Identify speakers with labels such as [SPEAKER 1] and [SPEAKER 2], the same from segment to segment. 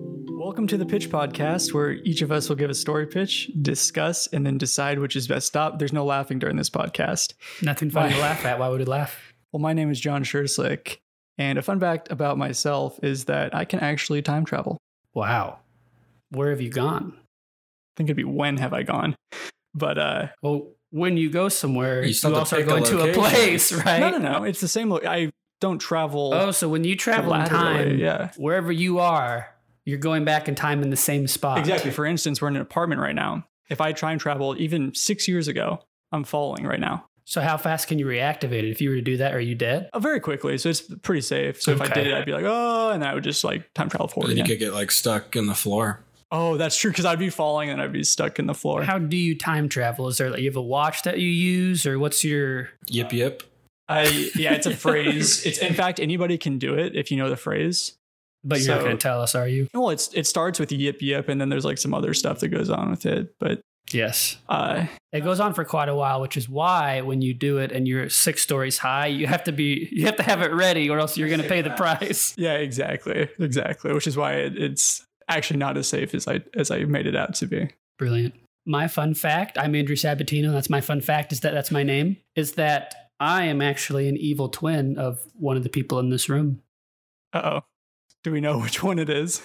[SPEAKER 1] Welcome to the Pitch Podcast, where each of us will give a story pitch, discuss, and then decide which is best. Stop. There's no laughing during this podcast.
[SPEAKER 2] Nothing funny to laugh at. Why would we laugh?
[SPEAKER 1] Well, my name is John Schurslick, and a fun fact about myself is that I can actually time travel.
[SPEAKER 2] Wow. Where have you gone?
[SPEAKER 1] I think it'd be when have I gone? But uh,
[SPEAKER 2] Well, when you go somewhere,
[SPEAKER 3] You
[SPEAKER 2] you,
[SPEAKER 3] still have
[SPEAKER 2] also
[SPEAKER 3] to
[SPEAKER 2] are
[SPEAKER 3] pick a
[SPEAKER 2] going to a
[SPEAKER 3] location.
[SPEAKER 2] place, right?
[SPEAKER 1] no, no, no. It's the same. Lo- I don't travel.
[SPEAKER 2] Oh, so when you travel in
[SPEAKER 1] laterally,
[SPEAKER 2] time,
[SPEAKER 1] yeah.
[SPEAKER 2] wherever you are, you're going back in time in the same spot.
[SPEAKER 1] Exactly. For instance, we're in an apartment right now. If I try and travel even six years ago, I'm falling right now.
[SPEAKER 2] So how fast can you reactivate it? If you were to do that, are you dead?
[SPEAKER 1] Uh, very quickly, so it's pretty safe. So if I
[SPEAKER 2] Okay.
[SPEAKER 1] did it, I'd be like, oh, and I would just like time travel
[SPEAKER 3] Or
[SPEAKER 1] forward.
[SPEAKER 3] you
[SPEAKER 1] Again.
[SPEAKER 3] could get like stuck in the floor.
[SPEAKER 1] oh, that's true, because I'd be falling and I'd be stuck in the floor.
[SPEAKER 2] How do you time travel? Is there like you have a watch that you use, or what's your?
[SPEAKER 3] Yip yip.
[SPEAKER 1] I yeah, it's a phrase. It's in fact anybody can do it if you know the phrase.
[SPEAKER 2] But you're
[SPEAKER 1] So-
[SPEAKER 2] not going to tell us, are you?
[SPEAKER 1] Well, it's it starts with yip yip, and then there's like some other stuff that goes on with it. But
[SPEAKER 2] Yes.
[SPEAKER 1] uh,
[SPEAKER 2] It goes on for quite a while, which is why when you do it and you're six stories high, you have to be you have to have it ready, or else you're going to pay the price.
[SPEAKER 1] yeah, exactly, exactly. Which is why it, it's actually not as safe as I as I made it out to be.
[SPEAKER 2] Brilliant. My fun fact: I'm Andrew Sabatino. That's my fun fact. Is that that's my name? Is that I am actually an evil twin of one of the people in this room.
[SPEAKER 1] Uh oh, do we know which one it is?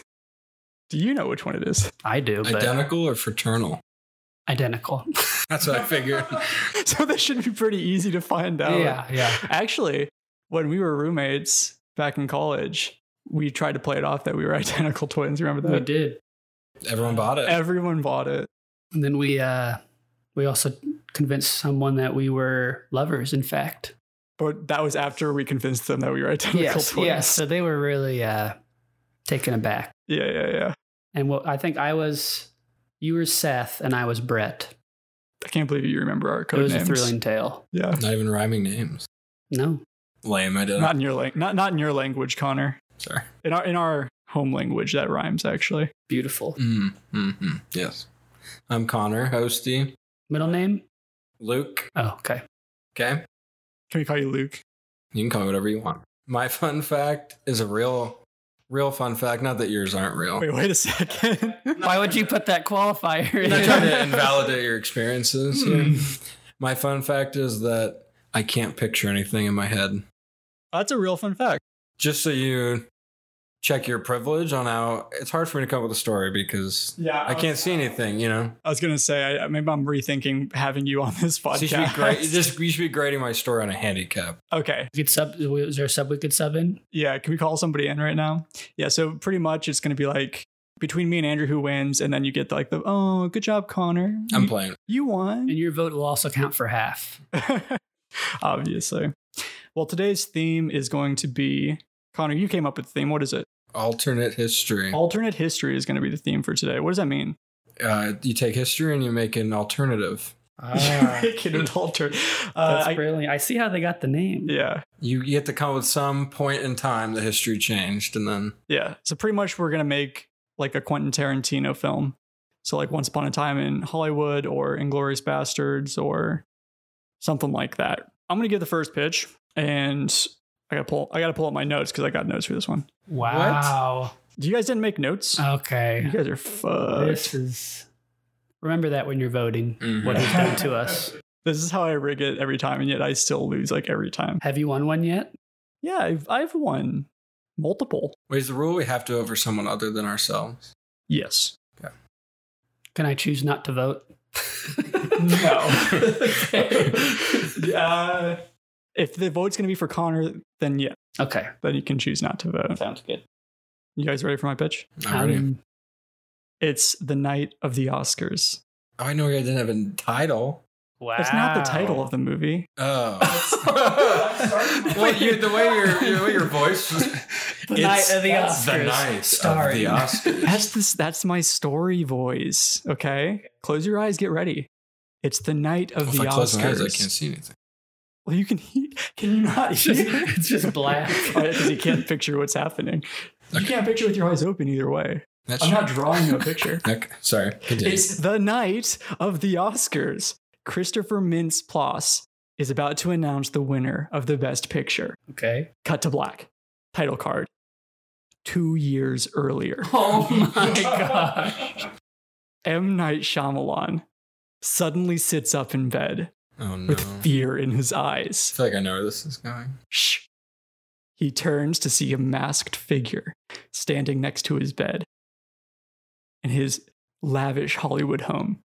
[SPEAKER 1] Do you know which one it is?
[SPEAKER 2] I do, but
[SPEAKER 3] Identical or fraternal?
[SPEAKER 2] identical.
[SPEAKER 3] That's what I figured.
[SPEAKER 1] so that should be pretty easy to find out.
[SPEAKER 2] Yeah, yeah.
[SPEAKER 1] Actually, when we were roommates back in college, we tried to play it off that we were identical twins. Remember
[SPEAKER 2] We
[SPEAKER 1] that?
[SPEAKER 2] did.
[SPEAKER 3] Everyone bought it.
[SPEAKER 1] Everyone bought it.
[SPEAKER 2] And then we uh we also convinced someone that we were lovers, in fact.
[SPEAKER 1] But that was after we convinced them that we were identical
[SPEAKER 2] Yes,
[SPEAKER 1] twins.
[SPEAKER 2] yes. So they were really uh taken aback.
[SPEAKER 1] Yeah, yeah, yeah.
[SPEAKER 2] And well, I think I was, you were Seth and I was Brett.
[SPEAKER 1] I can't believe you remember our code
[SPEAKER 2] it was
[SPEAKER 1] names.
[SPEAKER 2] a thrilling tale.
[SPEAKER 1] Yeah.
[SPEAKER 3] Not even rhyming names.
[SPEAKER 2] No.
[SPEAKER 3] Lame, I didn't.
[SPEAKER 1] Not in your lang- not not in your language, Connor.
[SPEAKER 3] Sorry.
[SPEAKER 1] In our in our home language that rhymes actually.
[SPEAKER 2] Beautiful.
[SPEAKER 3] Mm, mm, mm. Yes. I'm Connor, hosty.
[SPEAKER 2] Middle name?
[SPEAKER 3] Luke.
[SPEAKER 2] Oh, okay.
[SPEAKER 3] Okay.
[SPEAKER 1] Can we call you Luke?
[SPEAKER 3] You can call me whatever you want. My fun fact is a real, real fun fact. Not that yours aren't real.
[SPEAKER 1] Wait, wait a second.
[SPEAKER 2] Why would you put that qualifier
[SPEAKER 3] I'm
[SPEAKER 2] in?
[SPEAKER 3] not trying to invalidate your experiences. here.
[SPEAKER 1] Hmm.
[SPEAKER 3] My fun fact is that I can't picture anything in my head.
[SPEAKER 1] That's a real fun fact.
[SPEAKER 3] Just so you check your privilege on how it's hard for me to come up with a story because
[SPEAKER 1] Oh, Yeah,
[SPEAKER 3] I can't see anything, you know.
[SPEAKER 1] I was gonna say I, maybe I'm rethinking having you on this
[SPEAKER 3] So
[SPEAKER 1] podcast. Mm-hmm.
[SPEAKER 3] you should be great. You just you should be grading my story on a handicap.
[SPEAKER 1] okay,
[SPEAKER 2] Good sub, is there a sub we could sub in?
[SPEAKER 1] yeah. Can we call somebody in right now? Yeah. So pretty much it's gonna be like between me and Andrew who wins, and then you get like the oh good job Connor.
[SPEAKER 3] I'm
[SPEAKER 1] You-
[SPEAKER 3] playing.
[SPEAKER 1] you won.
[SPEAKER 2] And your vote will also count for half.
[SPEAKER 1] obviously. Well, today's theme is going to be Connor. You came up with the theme. What is it?
[SPEAKER 3] Alternate history.
[SPEAKER 1] Alternate history is going to be the theme for today. What does that mean?
[SPEAKER 3] Uh, you take history and you make an alternative.
[SPEAKER 2] Ah,
[SPEAKER 1] Make it an alter. Uh,
[SPEAKER 2] that's
[SPEAKER 1] I-
[SPEAKER 2] brilliant. I see how they got the name.
[SPEAKER 1] yeah,
[SPEAKER 3] You you have to come up with some point in time the history changed, and then
[SPEAKER 1] yeah. So pretty much we're going to make like a Quentin Tarantino film. So like Once Upon a Time in Hollywood or Inglorious Bastards or something like that. I'm going to give the first pitch, and I got to pull. I got to pull up my notes because I got notes for this one.
[SPEAKER 2] Wow.
[SPEAKER 1] You guys didn't make notes. you
[SPEAKER 2] Okay.
[SPEAKER 1] guys are fucked.
[SPEAKER 2] Uh, this is. Remember that when you're voting,
[SPEAKER 3] Mhm.
[SPEAKER 1] Mm-hmm.
[SPEAKER 2] what he's done to us.
[SPEAKER 1] This is how I rig it every time, and yet I still lose like every time.
[SPEAKER 2] Have you won one yet?
[SPEAKER 1] Yeah, I've, I've won multiple.
[SPEAKER 3] wait, is the rule we have to vote for someone other than ourselves?
[SPEAKER 1] Yes.
[SPEAKER 2] Can I choose not to vote?
[SPEAKER 1] uh, if the vote's going to be for Connor, then yeah,
[SPEAKER 2] okay.
[SPEAKER 1] then you can choose not to vote.
[SPEAKER 2] Sounds good.
[SPEAKER 1] You guys ready for my pitch?
[SPEAKER 3] I'm ready.
[SPEAKER 2] Um,
[SPEAKER 1] It's the night of the Oscars.
[SPEAKER 3] Oh, I know I didn't have a title.
[SPEAKER 2] wow.
[SPEAKER 1] That's not the title of the movie.
[SPEAKER 3] Oh. well, you, the way your your, way your voice.
[SPEAKER 2] The
[SPEAKER 3] It's-
[SPEAKER 2] night of the Oscars.
[SPEAKER 3] that's The night
[SPEAKER 2] starring.
[SPEAKER 3] of the Oscars.
[SPEAKER 1] That's this. That's my story voice. Okay, close your eyes. Get ready. It's the night of
[SPEAKER 3] If
[SPEAKER 1] the
[SPEAKER 3] I close my eyes, I
[SPEAKER 1] Oscars.
[SPEAKER 3] can't see anything.
[SPEAKER 1] Well, you can. he- Can you not?
[SPEAKER 2] It's just-
[SPEAKER 1] hear?
[SPEAKER 2] it's just black.
[SPEAKER 1] Oh, yeah, 'cause you can't picture what's happening. You
[SPEAKER 3] Okay.
[SPEAKER 1] can't picture with your eyes open either way.
[SPEAKER 3] That's
[SPEAKER 1] I'm
[SPEAKER 3] true.
[SPEAKER 1] not drawing you a picture.
[SPEAKER 3] Okay, sorry. Continue.
[SPEAKER 1] It's the night of the Oscars. Christopher Mintz Plasse is about to announce the winner of the Best Picture.
[SPEAKER 2] Okay.
[SPEAKER 1] Cut to black. Title card. two years earlier.
[SPEAKER 2] Oh my god.
[SPEAKER 1] M. Night Shyamalan suddenly sits up in bed
[SPEAKER 3] Oh no.
[SPEAKER 1] with fear in his eyes.
[SPEAKER 3] I feel like I know where this is going.
[SPEAKER 1] Shh. He turns to see a masked figure standing next to his bed in his lavish Hollywood home.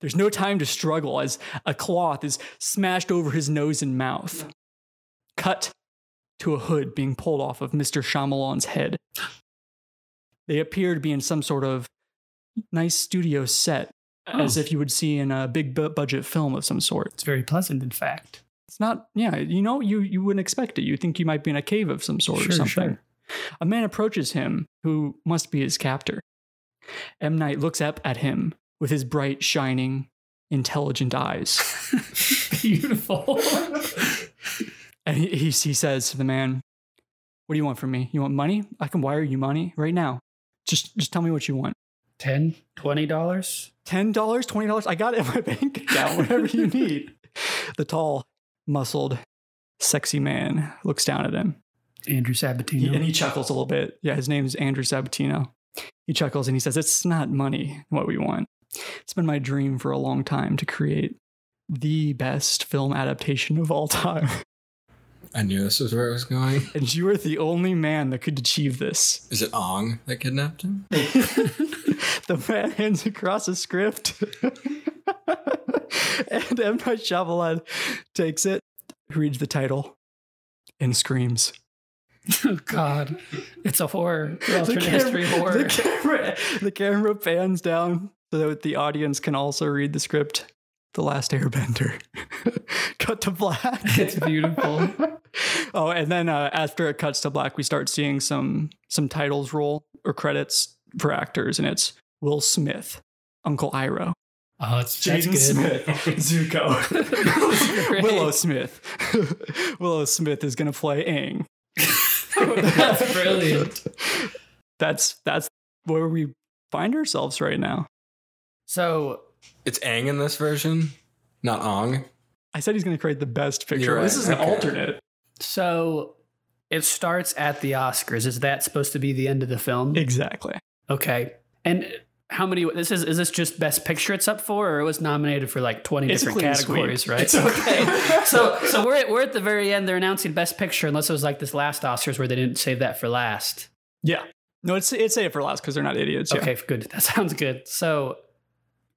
[SPEAKER 1] There's no time to struggle as a cloth is smashed over his nose and mouth. Cut to a hood being pulled off of Mr. Shyamalan's head. They appear to be in some sort of nice studio set, as if you would see in a big bu- budget film of some sort
[SPEAKER 2] Oh. it's very pleasant, in fact.
[SPEAKER 1] it's not yeah you know you you wouldn't expect it you think you might be in a cave of some sort
[SPEAKER 2] Sure,
[SPEAKER 1] or something
[SPEAKER 2] sure.
[SPEAKER 1] a man approaches him who must be his captor m knight looks up at him with his bright shining intelligent eyes
[SPEAKER 2] Beautiful.
[SPEAKER 1] and he, he, he says to the man what do you want from me you want money i can wire you money right now just just tell me what you want
[SPEAKER 2] Ten, twenty dollars.
[SPEAKER 1] $10 $20 i got it in my bank account whatever you need the tall muscled sexy man looks down at him
[SPEAKER 2] Andrew
[SPEAKER 1] He-
[SPEAKER 2] Sabatino.
[SPEAKER 1] and he chuckles a little bit. Yeah, his name's Andrew Sabatino. He chuckles and he says, It's not money what we want. It's been my dream for a long time to create the best film adaptation of all time.
[SPEAKER 3] I knew this was where it was going.
[SPEAKER 1] And you are the only man that could achieve this.
[SPEAKER 3] Is it Ong that kidnapped him?
[SPEAKER 1] The man hands across a script. and M. Night Shyamalan takes it, reads the title, and screams.
[SPEAKER 2] oh God, it's a horror.
[SPEAKER 1] The
[SPEAKER 2] Alternate
[SPEAKER 1] cam-
[SPEAKER 2] history horror.
[SPEAKER 1] The camera, the camera pans down so that the audience can also read the script. The Last Airbender. Cut to black.
[SPEAKER 2] It's beautiful.
[SPEAKER 1] oh, and then uh, after it cuts to black, we start seeing some some titles roll or credits for actors, and it's Will Smith, Uncle Iroh,
[SPEAKER 2] Oh, it's that's
[SPEAKER 1] Jaden
[SPEAKER 2] good.
[SPEAKER 1] Smith, Zuko,
[SPEAKER 2] Great.
[SPEAKER 1] Willow Smith. Willow Smith is gonna play Aang.
[SPEAKER 2] That's brilliant.
[SPEAKER 1] That's that's where we find ourselves right now.
[SPEAKER 2] So
[SPEAKER 3] It's Ang in this version, not Ong.
[SPEAKER 1] I said he's going to create the best
[SPEAKER 3] You're
[SPEAKER 1] picture.
[SPEAKER 3] right,
[SPEAKER 1] This is an
[SPEAKER 3] okay.
[SPEAKER 1] alternate.
[SPEAKER 2] So it starts at the Oscars. Is that supposed to be the end of the film?
[SPEAKER 1] Exactly.
[SPEAKER 2] Okay. And how many? This is is this just Best Picture it's up for, or it was nominated for like twenty
[SPEAKER 1] It's a
[SPEAKER 2] different
[SPEAKER 1] clean sweep.
[SPEAKER 2] categories, right?
[SPEAKER 1] It's okay.
[SPEAKER 2] so so we're at, we're at the very end. They're announcing Best Picture, unless it was like this last Oscars where they didn't save that for last.
[SPEAKER 1] Yeah. No, it's it's safe for last because they're not idiots. Yeah.
[SPEAKER 2] Okay, good. That sounds good. So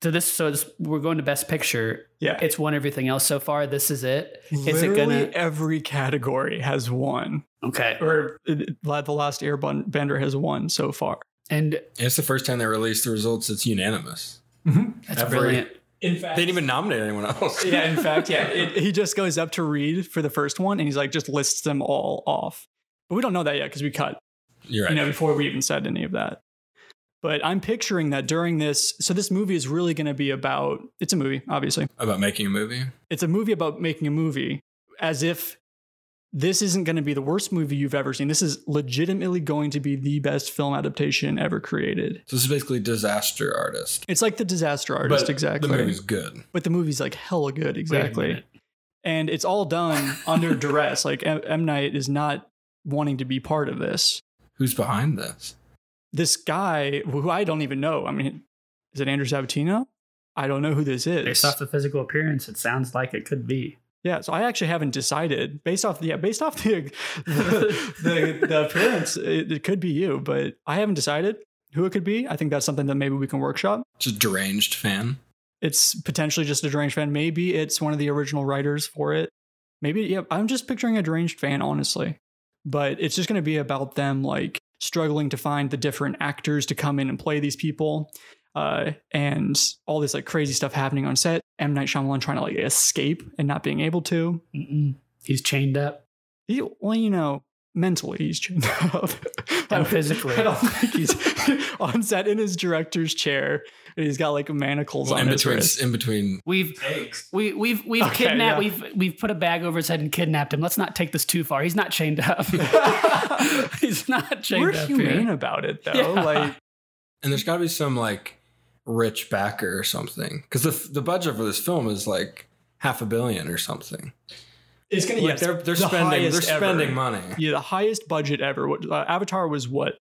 [SPEAKER 2] to this, so this, we're going to Best Picture.
[SPEAKER 1] Yeah.
[SPEAKER 2] It's won everything else so far. This is it. Is
[SPEAKER 1] Literally
[SPEAKER 2] it
[SPEAKER 1] every category has won,
[SPEAKER 2] gonna? Okay.
[SPEAKER 1] or uh, the last Airbender has won so far.
[SPEAKER 2] And
[SPEAKER 3] It's the first time they released the results. It's unanimous.
[SPEAKER 2] that's
[SPEAKER 3] Every-
[SPEAKER 2] brilliant.
[SPEAKER 1] In
[SPEAKER 3] They
[SPEAKER 1] fact,
[SPEAKER 3] Mm-hmm. didn't even nominate anyone else.
[SPEAKER 1] yeah. In fact, yeah. It, he just goes up to read for the first one, and he's like just lists them all off. But we don't know that yet because we cut
[SPEAKER 3] You're right.
[SPEAKER 1] you know, before we even said any of that. But I'm picturing that during this, so this movie is really going to be about. It's a movie, obviously.
[SPEAKER 3] About making a movie.
[SPEAKER 1] it's a movie about making a movie as if this isn't going to be the worst movie you've ever seen. This is legitimately going to be the best film adaptation ever created.
[SPEAKER 3] So this is basically disaster artist.
[SPEAKER 1] It's like the disaster artist,
[SPEAKER 3] But
[SPEAKER 1] exactly.
[SPEAKER 3] The movie's good.
[SPEAKER 1] but the movie's like hella good, exactly.
[SPEAKER 2] minute.
[SPEAKER 1] And it's all done under duress. Like M-, M. Night is not wanting to be part of this.
[SPEAKER 3] Who's behind this?
[SPEAKER 1] This guy, who I don't even know. I mean, is it Andrew Sabatino? I don't know who this is.
[SPEAKER 2] Based off the physical appearance, it sounds like it could be.
[SPEAKER 1] Yeah, so I actually haven't decided based off the yeah, based off the the, the, the appearance. It, it could be you, but I haven't decided who it could be. I think that's something that maybe we can workshop.
[SPEAKER 3] Just deranged fan.
[SPEAKER 1] It's potentially just a deranged fan. Maybe it's one of the original writers for it. Maybe yeah, I'm just picturing a deranged fan, honestly. But it's just going to be about them like struggling to find the different actors to come in and play these people, uh, and all this like crazy stuff happening on set. M Night Shyamalan trying to like escape and not being able to.
[SPEAKER 2] Mm-mm. He's chained up.
[SPEAKER 1] He, well, you know, mentally he's chained up.
[SPEAKER 2] And physically.
[SPEAKER 1] I don't think he's on set in his director's chair, and he's got like manacles
[SPEAKER 3] Well,
[SPEAKER 1] on
[SPEAKER 3] in
[SPEAKER 1] his
[SPEAKER 3] between,
[SPEAKER 1] wrist.
[SPEAKER 3] in between.
[SPEAKER 2] We've we we've we've
[SPEAKER 1] Okay, yeah.
[SPEAKER 2] kidnapped we've we've put a bag over his head and kidnapped him. Let's not take this too far. He's not chained up. He's not chained
[SPEAKER 1] We're
[SPEAKER 2] up.
[SPEAKER 1] humane
[SPEAKER 2] Here.
[SPEAKER 1] about it, though.
[SPEAKER 2] Yeah.
[SPEAKER 1] Like,
[SPEAKER 3] And there's got to be some like rich backer or something, because the the budget for this film is like half a billion or something.
[SPEAKER 1] It's gonna
[SPEAKER 3] Like,
[SPEAKER 1] yes,
[SPEAKER 3] they're
[SPEAKER 1] the
[SPEAKER 3] they're spending they're
[SPEAKER 1] highest ever.
[SPEAKER 3] spending money.
[SPEAKER 1] yeah, the highest budget ever. What uh, Avatar was what,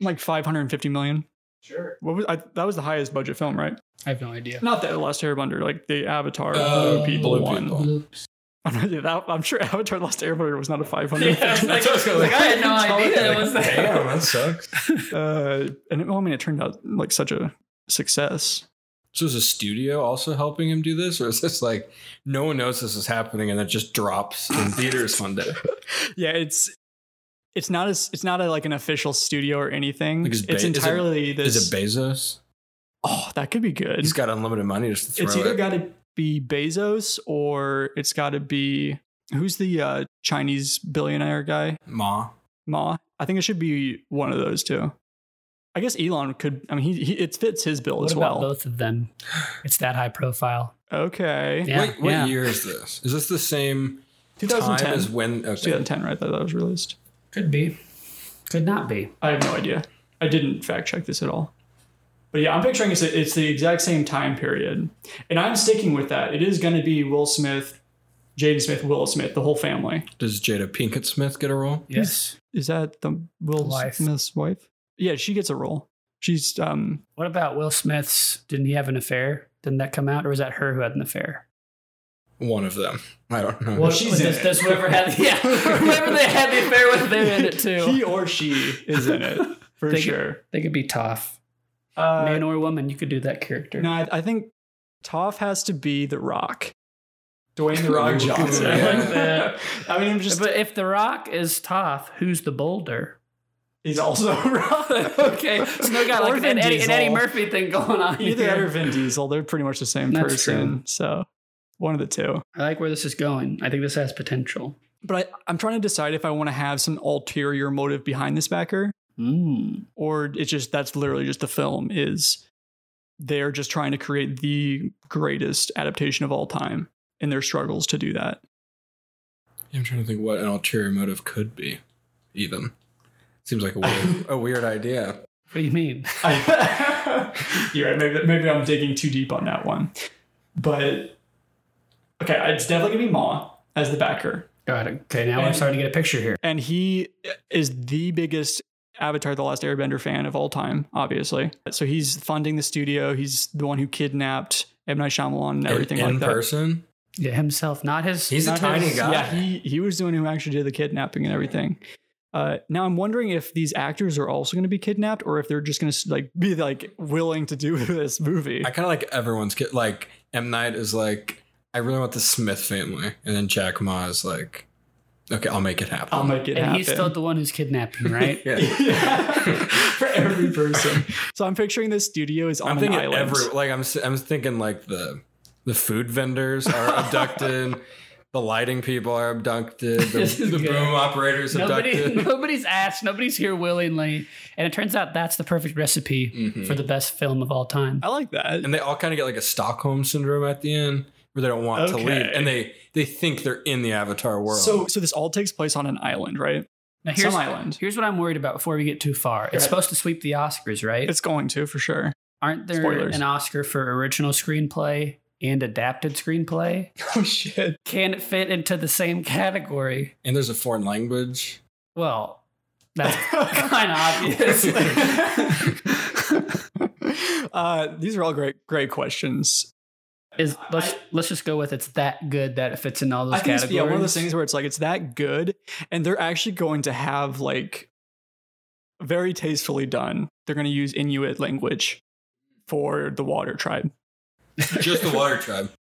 [SPEAKER 1] like five hundred and fifty million.
[SPEAKER 3] Sure.
[SPEAKER 1] What was I, that? Was the highest budget film, right?
[SPEAKER 2] I have no idea.
[SPEAKER 1] Not the Last Airbender, like the Avatar
[SPEAKER 3] Oh,
[SPEAKER 1] Blue Uh, People
[SPEAKER 3] Blue
[SPEAKER 1] one.
[SPEAKER 3] People.
[SPEAKER 2] Oops.
[SPEAKER 1] Yeah, that- I'm sure Avatar Last Airbender was not a five hundred.
[SPEAKER 2] Yeah, I was like-
[SPEAKER 3] That's what I was gonna-
[SPEAKER 2] like, I had no
[SPEAKER 3] Totally.
[SPEAKER 2] idea that
[SPEAKER 3] Like,
[SPEAKER 2] was that.
[SPEAKER 3] Damn, that sucks.
[SPEAKER 1] uh, and it, well, I mean, it turned out like such a success.
[SPEAKER 3] So is a studio also helping him do this, or is this like no one knows this is happening and it just drops in theaters one day?
[SPEAKER 1] Yeah, it's it's not as it's not a, like an official studio or anything.
[SPEAKER 3] Like, is
[SPEAKER 1] it's
[SPEAKER 3] Be- is it-
[SPEAKER 1] entirely this.
[SPEAKER 3] Is it Bezos?
[SPEAKER 1] oh, that could be good.
[SPEAKER 3] He's got unlimited money just to throw
[SPEAKER 1] it's either
[SPEAKER 3] it.
[SPEAKER 1] got to be Bezos or it's got to be who's the uh, Chinese billionaire guy
[SPEAKER 3] Ma.
[SPEAKER 1] Ma. I think it should be one of those two. I guess Elon could. I mean, he, he it fits his bill
[SPEAKER 2] What
[SPEAKER 1] as
[SPEAKER 2] about
[SPEAKER 1] well.
[SPEAKER 2] both of them? It's that high profile.
[SPEAKER 1] Okay,
[SPEAKER 2] Yeah,
[SPEAKER 3] Wait, what
[SPEAKER 2] yeah.
[SPEAKER 3] year is this? Is this the same time
[SPEAKER 1] 2010.
[SPEAKER 3] as when? Okay.
[SPEAKER 1] 2010, right? That that was released.
[SPEAKER 2] Could be. Could not be.
[SPEAKER 1] I have no idea. I didn't fact check this at all. But yeah, I'm picturing it's, it's the exact same time period. And I'm sticking with that. It is going to be Will Smith, Jaden Smith, Will Smith, the whole family.
[SPEAKER 3] Does Jada Pinkett Smith get a role?
[SPEAKER 2] Yes.
[SPEAKER 1] Is that the Will
[SPEAKER 2] Wife.
[SPEAKER 1] Smith's wife? Yeah, she gets a role. She's um
[SPEAKER 2] What about Will Smith's? Didn't he have an affair? Didn't that come out, or was that her who had an affair?
[SPEAKER 3] One of them. I don't know.
[SPEAKER 1] Well, she's in
[SPEAKER 2] does,
[SPEAKER 1] it.
[SPEAKER 2] does whoever had yeah, whoever they had the affair with, they're in it too.
[SPEAKER 1] he or she is in it for
[SPEAKER 2] They-
[SPEAKER 1] sure.
[SPEAKER 2] They could be tough,
[SPEAKER 1] Uh,
[SPEAKER 2] man or woman. You could do that character.
[SPEAKER 1] no, I, I think Toph has to be the Rock, Dwayne the Rock
[SPEAKER 3] Ooh,
[SPEAKER 1] Johnson.
[SPEAKER 3] yeah.
[SPEAKER 1] I like that. I mean, I'm just
[SPEAKER 2] but if The Rock is tough, who's the boulder?
[SPEAKER 1] he's also a Rock.
[SPEAKER 2] okay, so they got
[SPEAKER 1] Or
[SPEAKER 2] like an
[SPEAKER 1] Vin
[SPEAKER 2] Eddie, an
[SPEAKER 1] Diesel.
[SPEAKER 2] Eddie Murphy thing going on
[SPEAKER 1] Either that or
[SPEAKER 2] here.
[SPEAKER 1] Vin Diesel. They're pretty much the same
[SPEAKER 2] That's
[SPEAKER 1] person.
[SPEAKER 2] true.
[SPEAKER 1] So one of the two.
[SPEAKER 2] I like where this is going. I think this has potential.
[SPEAKER 1] But I, I'm trying to decide if I want to have some ulterior motive behind this backer
[SPEAKER 2] Mm.
[SPEAKER 1] or it's just that's literally just the film is they're just trying to create the greatest adaptation of all time and their struggles to do that.
[SPEAKER 3] I'm trying to think what an ulterior motive could be, even. Seems like a weird, a weird idea.
[SPEAKER 2] What do you mean?
[SPEAKER 1] You're right. Maybe, maybe I'm digging too deep on that one. But okay, it's definitely going to be Ma as the backer.
[SPEAKER 2] Got it. Okay, now I'm starting to get a picture here.
[SPEAKER 1] and he is the biggest Avatar The Last Airbender fan of all time, obviously. So he's funding the studio. He's the one who kidnapped M. Night Shyamalan and everything
[SPEAKER 3] in, in
[SPEAKER 1] like that.
[SPEAKER 3] person.
[SPEAKER 2] Yeah, himself, not his.
[SPEAKER 3] He's a
[SPEAKER 2] not
[SPEAKER 3] tiny
[SPEAKER 2] his-
[SPEAKER 3] guy.
[SPEAKER 1] Yeah, he, he was the one who actually did the kidnapping and everything. Uh, now I'm wondering if these actors are also going to be kidnapped or if they're just going to like be like willing to do this movie.
[SPEAKER 3] I kind of like everyone's kid. Like M Night is like, I really want the Smith family, and then Jack Ma is like, okay, I'll make it happen.
[SPEAKER 1] I'll make it
[SPEAKER 2] And
[SPEAKER 1] happen.
[SPEAKER 2] he's still the one who's kidnapping, right?
[SPEAKER 3] Yeah.
[SPEAKER 1] Yeah. for every person. So I'm picturing this studio is on
[SPEAKER 3] I'm
[SPEAKER 1] an
[SPEAKER 3] thinking
[SPEAKER 1] island.
[SPEAKER 3] every like I'm s- I'm thinking like the the food vendors are abducted, the lighting people are abducted, the,
[SPEAKER 2] This is
[SPEAKER 3] the
[SPEAKER 2] good.
[SPEAKER 3] boom operators
[SPEAKER 2] Nobody,
[SPEAKER 3] abducted.
[SPEAKER 2] nobody's asked. Nobody's here willingly, and it turns out that's the perfect recipe
[SPEAKER 3] Mhm.
[SPEAKER 2] for the best film of all time.
[SPEAKER 1] I like that.
[SPEAKER 3] and they all kind of get like a Stockholm syndrome at the end where they don't want to leave
[SPEAKER 1] Okay.
[SPEAKER 3] and they they think they're in the Avatar world.
[SPEAKER 1] So, so this all takes place on an island, right?
[SPEAKER 2] Now
[SPEAKER 1] Some
[SPEAKER 2] here's
[SPEAKER 1] island.
[SPEAKER 2] here's what I'm worried about before we get too far. It's
[SPEAKER 1] ahead.
[SPEAKER 2] supposed to sweep the Oscars, right?
[SPEAKER 1] It's going to for sure.
[SPEAKER 2] Aren't there
[SPEAKER 1] spoilers.
[SPEAKER 2] an Oscar for original screenplay and adapted screenplay?
[SPEAKER 1] Oh shit!
[SPEAKER 2] Can it fit into the same category?
[SPEAKER 3] and there's a foreign language.
[SPEAKER 2] Well, that's kind of obvious.
[SPEAKER 1] uh, these are all great, great questions.
[SPEAKER 2] Is let's let's just go with it's that good that it fits in all those
[SPEAKER 1] I think it's
[SPEAKER 2] categories.
[SPEAKER 1] yeah, one of those things where it's like it's that good, and they're actually going to have like very tastefully done. They're going to use Inuit language for the water tribe.
[SPEAKER 3] Just the water tribe.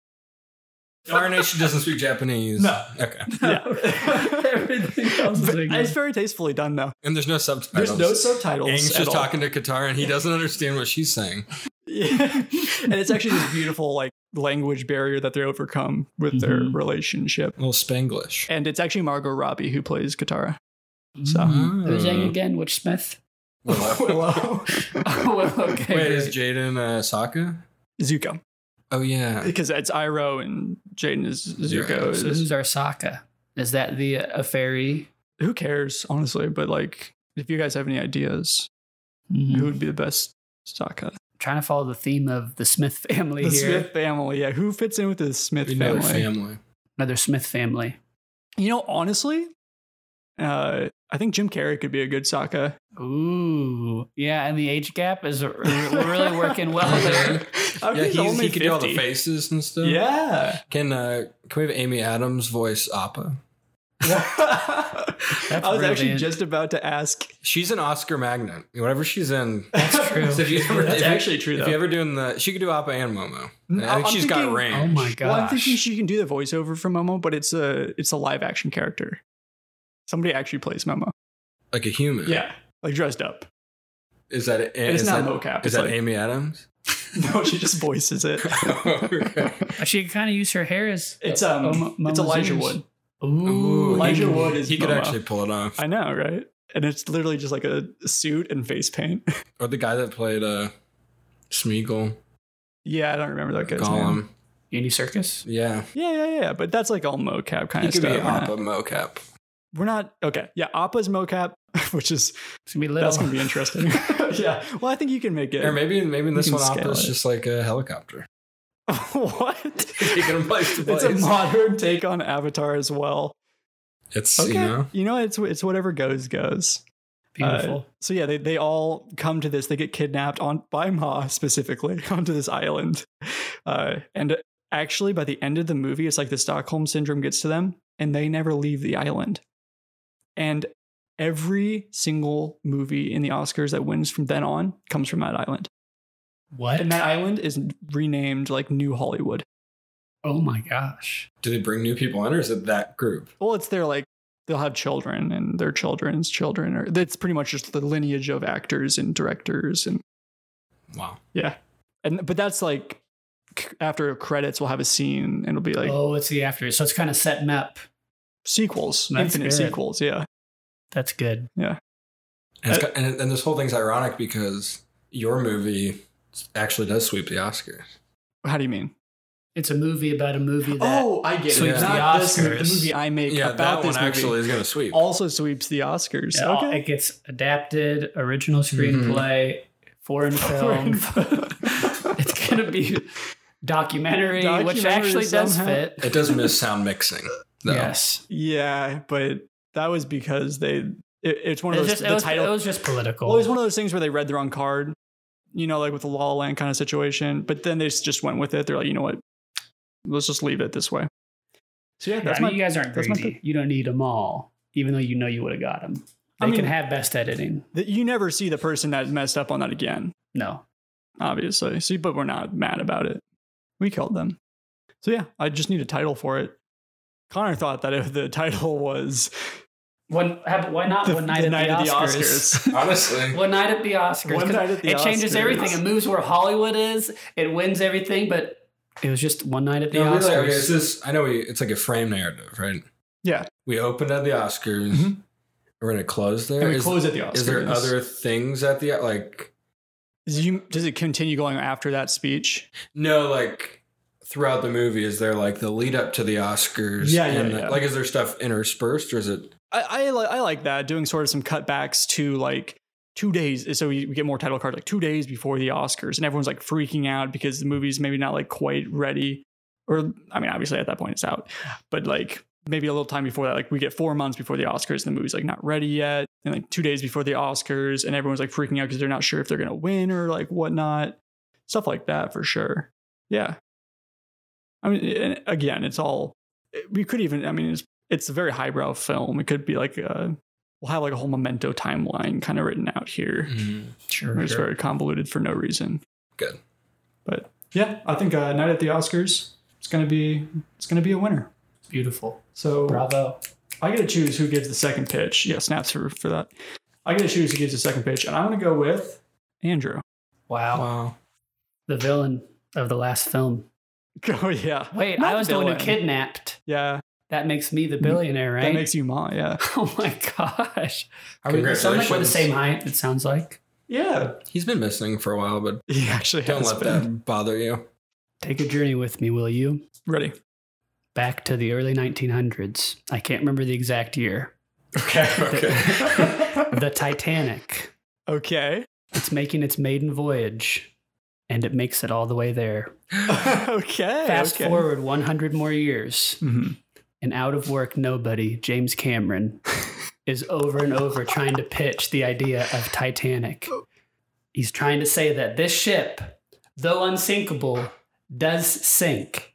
[SPEAKER 3] Our nation doesn't speak Japanese.
[SPEAKER 1] No.
[SPEAKER 3] Okay.
[SPEAKER 1] Yeah.
[SPEAKER 2] Everything else is
[SPEAKER 1] But
[SPEAKER 2] English.
[SPEAKER 1] it's very tastefully done though.
[SPEAKER 3] And there's no
[SPEAKER 1] There's
[SPEAKER 3] subtitles.
[SPEAKER 1] no subtitles.
[SPEAKER 3] Aang's
[SPEAKER 1] at
[SPEAKER 3] just
[SPEAKER 1] all.
[SPEAKER 3] talking to Katara and he doesn't understand what she's saying.
[SPEAKER 1] Yeah. and it's actually this beautiful like language barrier that they overcome with their
[SPEAKER 2] Mhm.
[SPEAKER 1] relationship.
[SPEAKER 3] A little Spanglish.
[SPEAKER 1] And it's actually Margot Robbie who plays Katara. So.
[SPEAKER 2] Mm. Who's that again? Which Smith?
[SPEAKER 1] Willow.
[SPEAKER 2] oh, well, okay.
[SPEAKER 3] Wait, is
[SPEAKER 2] great.
[SPEAKER 3] Jaden uh, Sokka?
[SPEAKER 1] Zuko.
[SPEAKER 3] Oh yeah.
[SPEAKER 1] Because it's Iroh and Jaden is Zuko.
[SPEAKER 2] so
[SPEAKER 1] is-
[SPEAKER 2] who's our Sokka? Is that the uh, a fairy?
[SPEAKER 1] who cares, honestly? But like, if you guys have any ideas,
[SPEAKER 2] Mm-hmm.
[SPEAKER 1] who would be the best Sokka?
[SPEAKER 2] trying to follow the theme of the Smith family
[SPEAKER 1] The
[SPEAKER 2] here.
[SPEAKER 1] Smith family. Yeah. Who fits in with the Smith
[SPEAKER 3] Another
[SPEAKER 1] family?
[SPEAKER 3] family.
[SPEAKER 2] Another Smith family.
[SPEAKER 1] You know, honestly, uh, I think Jim Carrey could be a good Sokka.
[SPEAKER 2] Ooh, yeah, and the age gap is r- r- really working well there.
[SPEAKER 1] I
[SPEAKER 3] yeah,
[SPEAKER 1] think he's
[SPEAKER 3] he's,
[SPEAKER 1] only
[SPEAKER 3] he can do all the
[SPEAKER 1] 50.
[SPEAKER 3] faces and stuff.
[SPEAKER 1] Yeah.
[SPEAKER 3] Can uh can we have Amy Adams voice Appa?
[SPEAKER 1] I was actually
[SPEAKER 2] brilliant.
[SPEAKER 1] just about to ask.
[SPEAKER 3] She's an Oscar magnet. Whatever she's in.
[SPEAKER 1] That's
[SPEAKER 2] true.
[SPEAKER 3] So if you ever-
[SPEAKER 1] That's
[SPEAKER 3] if you-
[SPEAKER 1] actually true, though.
[SPEAKER 3] If you ever doing the, she could do Appa and Momo.
[SPEAKER 1] No,
[SPEAKER 3] I think
[SPEAKER 1] I'm
[SPEAKER 3] she's got
[SPEAKER 1] thinking-
[SPEAKER 3] range.
[SPEAKER 2] Oh my
[SPEAKER 1] well, I'm
[SPEAKER 2] gosh!
[SPEAKER 1] thinking she can do the voiceover for Momo, but it's a it's a live action character. Somebody actually plays Momo.
[SPEAKER 3] Like a human.
[SPEAKER 1] like dressed up.
[SPEAKER 3] Is that
[SPEAKER 1] And it's
[SPEAKER 3] is
[SPEAKER 1] not
[SPEAKER 3] that,
[SPEAKER 1] mocap.
[SPEAKER 3] Is
[SPEAKER 1] It's
[SPEAKER 3] that
[SPEAKER 1] like-
[SPEAKER 3] Amy Adams?
[SPEAKER 1] No, she just voices it. Oh,
[SPEAKER 3] Okay.
[SPEAKER 2] she could kind of use her hair as
[SPEAKER 1] It's um,
[SPEAKER 2] Oh, Mo-
[SPEAKER 1] it's
[SPEAKER 2] Momo's
[SPEAKER 1] Elijah
[SPEAKER 2] ears.
[SPEAKER 1] Wood.
[SPEAKER 2] Ooh,
[SPEAKER 3] he
[SPEAKER 1] Elijah
[SPEAKER 3] could-
[SPEAKER 1] Wood is
[SPEAKER 3] He could
[SPEAKER 1] Momo.
[SPEAKER 3] actually pull it off.
[SPEAKER 1] I know, right? And it's literally just like a suit and face paint.
[SPEAKER 3] Or the guy that played uh, Smeagol,
[SPEAKER 1] yeah, I don't remember that guy's name.
[SPEAKER 3] Gollum.
[SPEAKER 2] Uni Circus.
[SPEAKER 3] Yeah,
[SPEAKER 1] Yeah, yeah, yeah. But that's like all mocap kind
[SPEAKER 3] he
[SPEAKER 1] of
[SPEAKER 3] could
[SPEAKER 1] stuff.
[SPEAKER 3] be
[SPEAKER 1] We're not-
[SPEAKER 3] Appa mocap.
[SPEAKER 1] We're not okay. Yeah, Appa's mocap, which is
[SPEAKER 2] It's gonna be little.
[SPEAKER 1] that's gonna be interesting. yeah. Well, I think you can make it.
[SPEAKER 3] Or maybe maybe in this
[SPEAKER 1] can
[SPEAKER 3] one
[SPEAKER 1] scale
[SPEAKER 3] Appa's
[SPEAKER 1] it.
[SPEAKER 3] just like a helicopter.
[SPEAKER 1] what?
[SPEAKER 3] He can replace the
[SPEAKER 1] It's a
[SPEAKER 3] place.
[SPEAKER 1] modern take on Avatar as well.
[SPEAKER 3] It's
[SPEAKER 1] Okay.
[SPEAKER 3] you know
[SPEAKER 1] it's it's whatever goes goes.
[SPEAKER 2] Beautiful.
[SPEAKER 1] So yeah, they, they all come to this. They get kidnapped on by Ma specifically onto this island. Uh, and actually, by the end of the movie, it's like the Stockholm syndrome gets to them, and they never leave the island. And every single movie in the Oscars that wins from then on comes from that island.
[SPEAKER 2] what?
[SPEAKER 1] And that island is renamed like New Hollywood.
[SPEAKER 2] oh my gosh!
[SPEAKER 3] Do they bring new people in, or is it that group?
[SPEAKER 1] Well, it's their like they'll have children and their children's children, or that's pretty much just the lineage of actors and directors and
[SPEAKER 3] Wow.
[SPEAKER 1] yeah, and but that's like c- after credits we'll have a scene and it'll be like
[SPEAKER 2] oh, it's the after. So it's kind of setting up.
[SPEAKER 1] sequels,
[SPEAKER 2] That's
[SPEAKER 1] infinite
[SPEAKER 2] good.
[SPEAKER 1] sequels. Yeah,
[SPEAKER 2] That's good.
[SPEAKER 3] And,
[SPEAKER 1] Uh,
[SPEAKER 3] it's got- and, and this whole thing's ironic because your movie actually does sweep the Oscars.
[SPEAKER 1] how do you mean?
[SPEAKER 2] It's a movie about a movie that.
[SPEAKER 1] Oh, I get
[SPEAKER 2] Sweeps
[SPEAKER 1] Not
[SPEAKER 2] the
[SPEAKER 1] this movie,
[SPEAKER 2] Oscars.
[SPEAKER 1] the movie I make
[SPEAKER 3] Yeah,
[SPEAKER 1] about
[SPEAKER 3] that
[SPEAKER 1] this
[SPEAKER 3] one
[SPEAKER 1] movie
[SPEAKER 3] actually is going to sweep.
[SPEAKER 1] also sweeps the Oscars.
[SPEAKER 2] it all-
[SPEAKER 1] okay.
[SPEAKER 2] It gets adapted, original screenplay, foreign film. it's gonna be documentary, which
[SPEAKER 1] Documentary
[SPEAKER 2] actually does
[SPEAKER 1] somehow.
[SPEAKER 2] fit.
[SPEAKER 3] it does miss sound mixing. Though.
[SPEAKER 2] Yes,
[SPEAKER 1] yeah, but that was because they. It, it's one
[SPEAKER 2] it
[SPEAKER 1] of those.
[SPEAKER 2] was, just,
[SPEAKER 1] the
[SPEAKER 2] it, was,
[SPEAKER 1] title,
[SPEAKER 2] it was just political.
[SPEAKER 1] Well, it was one of those things where they read the wrong card, you know, like with the La La Land kind of situation. But then they s- just went with it. They're like, you know what? Let's just leave it this way. So yeah,
[SPEAKER 2] Yeah,
[SPEAKER 1] that's
[SPEAKER 2] I mean,
[SPEAKER 1] my.
[SPEAKER 2] you guys aren't
[SPEAKER 1] that's my
[SPEAKER 2] greedy. You don't need them all, even though you know you would have got them.
[SPEAKER 1] I
[SPEAKER 2] They can
[SPEAKER 1] mean-
[SPEAKER 2] have best editing.
[SPEAKER 1] that you never see the person that messed up on that again,
[SPEAKER 2] No,
[SPEAKER 1] obviously. See, but we're not mad about it. We killed them. So yeah, I just need a title for it. Connor thought that if the title was
[SPEAKER 2] one. Have, why not
[SPEAKER 1] the,
[SPEAKER 2] one night,
[SPEAKER 1] The
[SPEAKER 2] at,
[SPEAKER 1] Night
[SPEAKER 2] the
[SPEAKER 1] at the
[SPEAKER 2] Oscars?
[SPEAKER 1] Oscars.
[SPEAKER 3] Honestly,
[SPEAKER 2] One night at the Oscars.
[SPEAKER 1] One
[SPEAKER 2] 'cause
[SPEAKER 1] night at the
[SPEAKER 2] it changes
[SPEAKER 1] Oscars.
[SPEAKER 2] everything. It moves where Hollywood is. It wins everything, but it was just one night at the
[SPEAKER 3] No, really,
[SPEAKER 2] Oscars.
[SPEAKER 3] okay, it's this. I know we, it's like a frame narrative, right?
[SPEAKER 1] Yeah.
[SPEAKER 3] We opened at the Oscars.
[SPEAKER 1] Mhm.
[SPEAKER 3] We're gonna close there.
[SPEAKER 1] and we
[SPEAKER 3] Is-
[SPEAKER 1] close at the Oscars.
[SPEAKER 3] Is there other things at the like?
[SPEAKER 1] Is you- does it continue going after that speech?
[SPEAKER 3] No, like throughout the movie, is there like the lead up to the Oscars?
[SPEAKER 1] Yeah, yeah,
[SPEAKER 3] and
[SPEAKER 1] yeah.
[SPEAKER 3] Like, is there stuff interspersed, or is it?
[SPEAKER 1] I, I, li- I like that doing sort of some cutbacks to like two days. So we, we get more title cards like two days before the Oscars, and everyone's like freaking out because the movie's maybe not like quite ready. Or I mean, obviously at that point it's out, but like maybe a little time before that, like we get four months before the Oscars, and the movie's like not ready yet, and like two days before the Oscars, and everyone's like freaking out because they're not sure if they're gonna win or like whatnot, stuff like that for sure. Yeah, I mean, and again, it's all we could even. I mean, it's it's a very highbrow film. It could be like a, we'll have like a whole memento timeline kind of written out here.
[SPEAKER 2] Sure,
[SPEAKER 1] It's very convoluted for no reason.
[SPEAKER 3] Good.
[SPEAKER 1] But yeah, I think uh, Night at the Oscars it's gonna be it's gonna be a winner.
[SPEAKER 2] beautiful.
[SPEAKER 1] So
[SPEAKER 2] Bravo.
[SPEAKER 1] I get to choose who gives the second pitch. Yeah, snaps for for that. I get to choose who gives the second pitch, and I'm gonna go with Andrew.
[SPEAKER 2] Wow.
[SPEAKER 3] Oh, Wow.
[SPEAKER 2] The villain of the last film.
[SPEAKER 1] Oh yeah,
[SPEAKER 2] Wait,
[SPEAKER 1] Not
[SPEAKER 2] I was
[SPEAKER 1] the
[SPEAKER 2] the one who
[SPEAKER 1] villain.
[SPEAKER 2] kidnapped.
[SPEAKER 1] yeah.
[SPEAKER 2] That makes me the billionaire, right?
[SPEAKER 1] That makes you ma. Yeah,
[SPEAKER 2] oh my gosh. Are we sound like we're the
[SPEAKER 3] Congratulations.
[SPEAKER 2] same height, it sounds like.
[SPEAKER 1] yeah.
[SPEAKER 3] He's been missing for a while, but
[SPEAKER 1] He actually
[SPEAKER 3] don't
[SPEAKER 1] has
[SPEAKER 3] let
[SPEAKER 1] been.
[SPEAKER 3] that bother you.
[SPEAKER 2] Take a journey with me, will you?
[SPEAKER 1] ready.
[SPEAKER 2] Back to the early 1900s. I can't remember the exact year.
[SPEAKER 3] Okay. Okay.
[SPEAKER 2] The Titanic.
[SPEAKER 1] Okay.
[SPEAKER 2] It's making its maiden voyage, and it makes it all the way there.
[SPEAKER 1] okay.
[SPEAKER 2] Fast
[SPEAKER 1] okay.
[SPEAKER 2] forward 100 more years.
[SPEAKER 1] Mhm.
[SPEAKER 2] an out of work nobody, James Cameron, is over and over trying to pitch the idea of Titanic. He's trying to say that this ship, though unsinkable, does sink.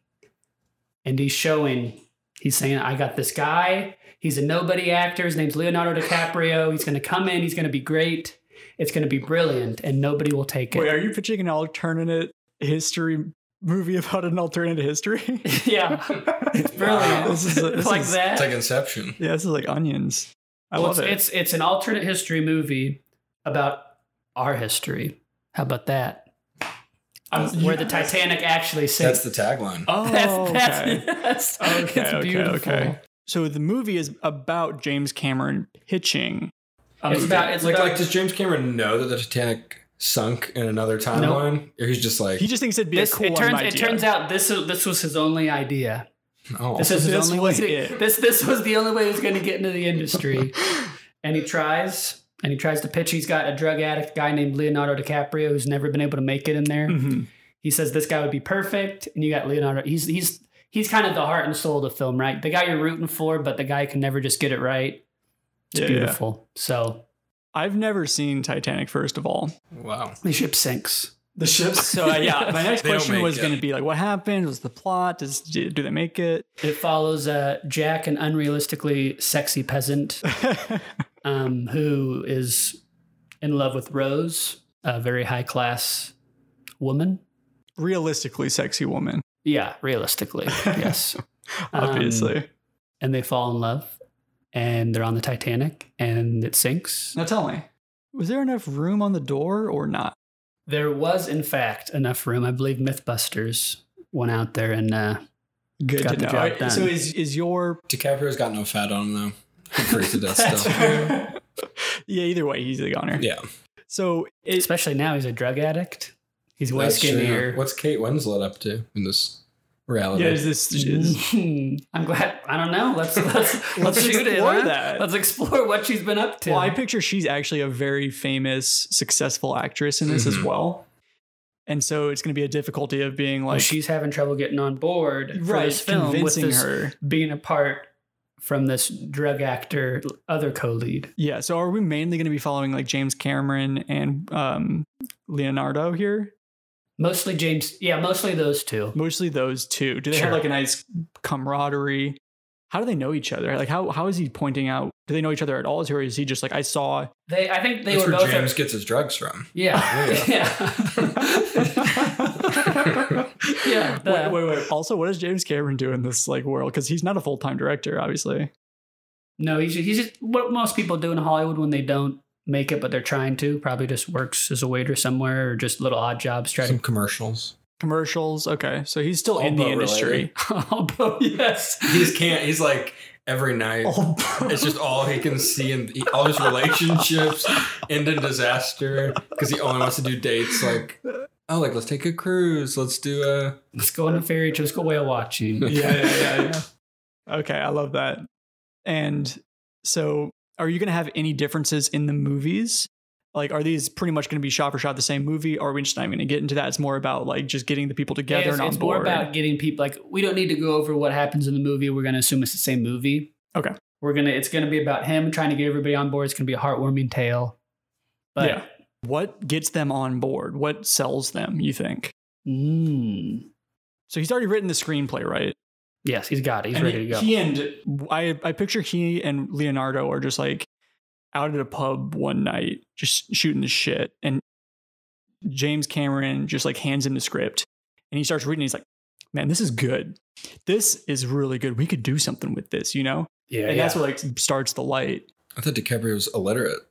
[SPEAKER 2] And he's showing, he's saying, I got this guy. He's a nobody actor. His name's Leonardo DiCaprio. He's going to come in. He's going to be great. It's going to be brilliant. And nobody will take it.
[SPEAKER 1] Wait, are you pitching an alternate history movie about an alternate history?
[SPEAKER 2] yeah. It's brilliant.
[SPEAKER 1] This is a- this
[SPEAKER 2] like
[SPEAKER 1] is-
[SPEAKER 2] that.
[SPEAKER 3] It's like Inception.
[SPEAKER 1] yeah, this is like onions. I
[SPEAKER 2] Well,
[SPEAKER 1] love
[SPEAKER 2] it's,
[SPEAKER 1] it.
[SPEAKER 2] It's it's an alternate history movie about our history. How about that? Um,
[SPEAKER 1] That's-
[SPEAKER 2] where the Titanic actually
[SPEAKER 3] That's
[SPEAKER 2] sinks.
[SPEAKER 3] the tagline.
[SPEAKER 1] oh,
[SPEAKER 2] that's, that's,
[SPEAKER 1] okay.
[SPEAKER 2] that's,
[SPEAKER 1] Okay,
[SPEAKER 2] it's
[SPEAKER 1] okay, Um,
[SPEAKER 2] beautiful.
[SPEAKER 1] okay. So the movie is about James Cameron pitching. a
[SPEAKER 2] It's
[SPEAKER 1] movie.
[SPEAKER 2] about it's
[SPEAKER 3] like,
[SPEAKER 2] about,
[SPEAKER 3] like, does James Cameron know that the Titanic sunk in another timeline? Or he's just like,
[SPEAKER 1] he just thinks it'd be
[SPEAKER 2] this,
[SPEAKER 1] a cool
[SPEAKER 2] it turns
[SPEAKER 1] idea.
[SPEAKER 2] it turns out this is, this was his only idea.
[SPEAKER 3] oh,
[SPEAKER 2] This is his
[SPEAKER 1] This
[SPEAKER 2] only
[SPEAKER 1] was
[SPEAKER 2] way.
[SPEAKER 1] it.
[SPEAKER 2] This this was the only way he was going to get into the industry. and he tries and he tries to pitch. He's got a drug addict guy named Leonardo DiCaprio who's never been able to make it in there.
[SPEAKER 1] Mhm.
[SPEAKER 2] he says this guy would be perfect and you got leonardo he's he's he's kind of the heart and soul of the film right the guy you're rooting for but the guy can never just get it right it's
[SPEAKER 1] Yeah, yeah.
[SPEAKER 2] beautiful so
[SPEAKER 1] I've never seen Titanic. First of all,
[SPEAKER 3] wow.
[SPEAKER 2] the ship sinks
[SPEAKER 1] the ships. So uh, yeah, my next
[SPEAKER 3] They don't
[SPEAKER 1] question
[SPEAKER 3] make
[SPEAKER 1] was
[SPEAKER 3] it.
[SPEAKER 1] going to be like, what happened? Was the plot? Does do they make it?
[SPEAKER 2] it follows uh, jack an unrealistically sexy peasant um, who is in love with rose a very high class woman
[SPEAKER 1] Realistically, sexy woman,
[SPEAKER 2] yeah realistically yes Um,
[SPEAKER 1] obviously.
[SPEAKER 2] and they fall in love and they're on the titanic and it sinks
[SPEAKER 1] now tell me, was there enough room on the door or not?
[SPEAKER 2] There was, in fact, enough room. I believe MythBusters went out there and uh,
[SPEAKER 1] Good
[SPEAKER 2] Got
[SPEAKER 1] to
[SPEAKER 2] the
[SPEAKER 1] know.
[SPEAKER 2] job
[SPEAKER 1] Alright, So
[SPEAKER 2] done.
[SPEAKER 1] is is your
[SPEAKER 3] DiCaprio's got no fat on him, though. He freaks to death
[SPEAKER 2] That's
[SPEAKER 3] still.
[SPEAKER 1] yeah? Either way, he's a goner.
[SPEAKER 3] Yeah.
[SPEAKER 1] So it,
[SPEAKER 2] especially now he's a drug addict. He's way
[SPEAKER 3] That's true.
[SPEAKER 2] skinnier.
[SPEAKER 3] What's Kate Winslet up to in this reality?
[SPEAKER 1] yeah, is this is,
[SPEAKER 2] I'm glad. I don't know. Let's let's let's
[SPEAKER 1] Let's
[SPEAKER 2] shoot it.
[SPEAKER 1] explore
[SPEAKER 2] huh?
[SPEAKER 1] that.
[SPEAKER 2] Let's explore what she's been up to.
[SPEAKER 1] Well, I picture she's actually a very famous, successful actress in this
[SPEAKER 2] Mm-hmm.
[SPEAKER 1] as
[SPEAKER 3] Mhm.
[SPEAKER 1] well. And so it's going to be a difficulty of being
[SPEAKER 2] Well,
[SPEAKER 1] like,
[SPEAKER 2] she's having trouble getting on board for
[SPEAKER 1] right,
[SPEAKER 2] this film with
[SPEAKER 1] convincing
[SPEAKER 2] this
[SPEAKER 1] her.
[SPEAKER 2] being apart from this drug actor other co-lead.
[SPEAKER 1] Yeah. So are we mainly going to be following like James Cameron and um, Leonardo here?
[SPEAKER 2] Mostly James. Yeah, mostly those two.
[SPEAKER 1] Mostly those two. Do they have
[SPEAKER 2] Sure.
[SPEAKER 1] like a nice camaraderie? How do they know each other? Like, how, how is he pointing out? Do they know each other at all? Or is he just like, I saw
[SPEAKER 2] They. I think they
[SPEAKER 3] That's
[SPEAKER 2] were
[SPEAKER 3] where
[SPEAKER 2] both.
[SPEAKER 3] James gets his drugs from.
[SPEAKER 2] yeah.
[SPEAKER 1] Oh,
[SPEAKER 3] Yeah.
[SPEAKER 2] Yeah. yeah. the-
[SPEAKER 1] wait, wait, wait. Also, what does James Cameron do in this like world? Because he's not a full time director, obviously.
[SPEAKER 2] No, he's just, he's just what most people do in Hollywood when they don't make it, but they're trying to. Probably just works as a waiter somewhere or just little odd jobs. Try
[SPEAKER 3] Some
[SPEAKER 2] to.
[SPEAKER 3] commercials.
[SPEAKER 1] Commercials. Okay, so he's still
[SPEAKER 3] All
[SPEAKER 1] in the
[SPEAKER 3] boat
[SPEAKER 1] industry.
[SPEAKER 2] Although yes,
[SPEAKER 3] He just can't. He's like every night.
[SPEAKER 1] All boat.
[SPEAKER 3] It's just all he can see, and he- all his relationships end in disaster because he only wants to do dates like, oh, like let's take a cruise, let's do a.
[SPEAKER 2] let's go on a ferry. trip, Let's go whale watching.
[SPEAKER 1] yeah, yeah, yeah, yeah. Okay, I love that. And so, are you going to have any differences in the movies? Like, are these pretty much going to be shot for shot the same movie? Or are we just not even going to get into that? It's more about like just getting the people together
[SPEAKER 2] it's
[SPEAKER 1] and on
[SPEAKER 2] it's more
[SPEAKER 1] board.
[SPEAKER 2] about getting people. Like we don't need to go over what happens in the movie. We're going to assume it's the same movie.
[SPEAKER 1] Okay.
[SPEAKER 2] We're gonna. It's gonna be about him trying to get everybody on board. It's gonna be a heartwarming tale. But
[SPEAKER 1] yeah. What gets them on board? What sells them? You think?
[SPEAKER 2] mm,
[SPEAKER 1] So he's already written the screenplay, right?
[SPEAKER 2] yes, he's got it. He's
[SPEAKER 1] And
[SPEAKER 2] ready to go.
[SPEAKER 1] He and I, I picture he and Leonardo are just like out at a pub one night, just shooting the shit. And James Cameron just like hands him the script and he starts reading. He's like, man, this is good. This is really good. We could do something with this, you know?
[SPEAKER 2] yeah,
[SPEAKER 1] And that's what like starts the light.
[SPEAKER 3] I thought DiCaprio was illiterate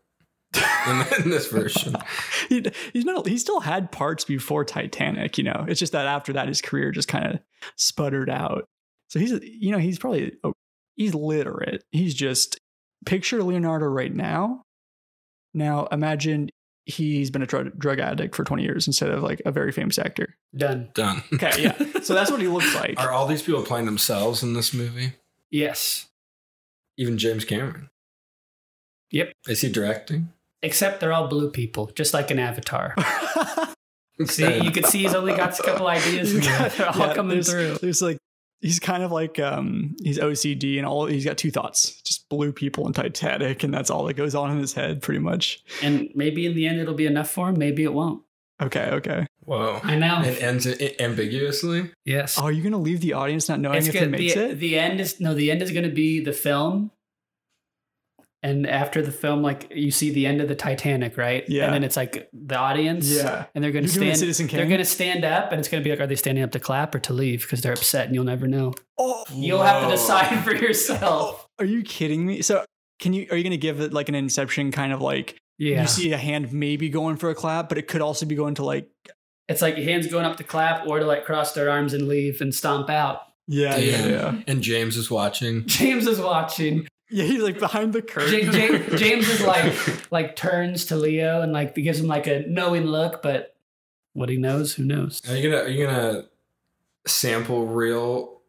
[SPEAKER 3] in, in this version.
[SPEAKER 1] He, he's not, he still had parts before Titanic, you know? It's just that after that, his career just kind of sputtered out. So he's, you know, he's probably, oh, he's literate. He's just, picture Leonardo right now. Now imagine he's been a drug, drug addict for 20 years instead of like a very famous actor.
[SPEAKER 2] done.
[SPEAKER 3] Done.
[SPEAKER 1] Okay, yeah. So that's what he looks like.
[SPEAKER 3] Are all these people playing themselves in this movie?
[SPEAKER 2] Yes.
[SPEAKER 3] Even James Cameron.
[SPEAKER 2] Yep.
[SPEAKER 3] Is he directing?
[SPEAKER 2] Except they're all blue people, just like an avatar. See, you could see he's only got a couple ideas.
[SPEAKER 1] You
[SPEAKER 2] in there.
[SPEAKER 1] got-
[SPEAKER 2] They're all
[SPEAKER 1] yeah,
[SPEAKER 2] coming
[SPEAKER 1] there's-
[SPEAKER 2] through.
[SPEAKER 1] There's like he's kind of like um he's OCD and all he's got two thoughts. Just blue people and Titanic and that's all that goes on in his head pretty much.
[SPEAKER 2] And maybe in the end it'll be enough for him. Maybe it won't.
[SPEAKER 1] Okay, okay.
[SPEAKER 3] Whoa.
[SPEAKER 2] I know.
[SPEAKER 3] It ends i- ambiguously.
[SPEAKER 2] Yes.
[SPEAKER 1] Oh, are you going to leave the audience not knowing
[SPEAKER 2] It's
[SPEAKER 1] if
[SPEAKER 2] gonna,
[SPEAKER 1] he makes
[SPEAKER 2] the,
[SPEAKER 1] it?
[SPEAKER 2] the end is no. The end is going to be the film, and after the film, like you see the end of the Titanic, right?
[SPEAKER 1] Yeah.
[SPEAKER 2] And then it's like the audience.
[SPEAKER 1] Yeah.
[SPEAKER 2] And they're going
[SPEAKER 1] You're
[SPEAKER 2] to
[SPEAKER 1] doing
[SPEAKER 2] stand.
[SPEAKER 1] Citizen
[SPEAKER 2] They're
[SPEAKER 1] Kane?
[SPEAKER 2] going to stand up, and it's going to be like, are they standing up to clap or to leave? Because they're upset, and you'll never know.
[SPEAKER 1] oh,
[SPEAKER 2] You'll have to
[SPEAKER 3] Whoa.
[SPEAKER 2] decide for yourself.
[SPEAKER 1] are you kidding me? So can you are you going to give it like an inception kind of like
[SPEAKER 2] Yeah.
[SPEAKER 1] you see a hand maybe going for a clap, but it could also be going to like
[SPEAKER 2] it's like hands going up to clap or to like cross their arms and leave and stomp out.
[SPEAKER 1] yeah, yeah,
[SPEAKER 3] Damn.
[SPEAKER 1] yeah.
[SPEAKER 3] And James is watching.
[SPEAKER 2] James is watching.
[SPEAKER 1] Yeah, he's like behind the
[SPEAKER 2] J-
[SPEAKER 1] curtain.
[SPEAKER 2] J- James is like like turns to Leo and like gives him like a knowing look, but what he knows, who knows?
[SPEAKER 3] Are you gonna are you gonna sample real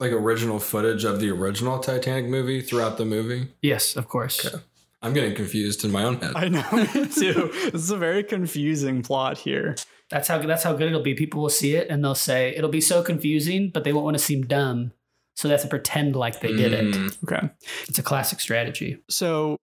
[SPEAKER 3] like original footage of the original Titanic movie throughout the movie?
[SPEAKER 2] Yes, of course.
[SPEAKER 3] Okay. I'm getting confused in my own head.
[SPEAKER 1] I know me too. This is a very confusing plot here.
[SPEAKER 2] That's how that's how good it'll be. People will see it and they'll say it'll be so confusing, but they won't want to seem dumb, so they have to pretend like they did it.
[SPEAKER 3] Mm.
[SPEAKER 1] Okay.
[SPEAKER 2] It's a classic strategy.
[SPEAKER 1] So,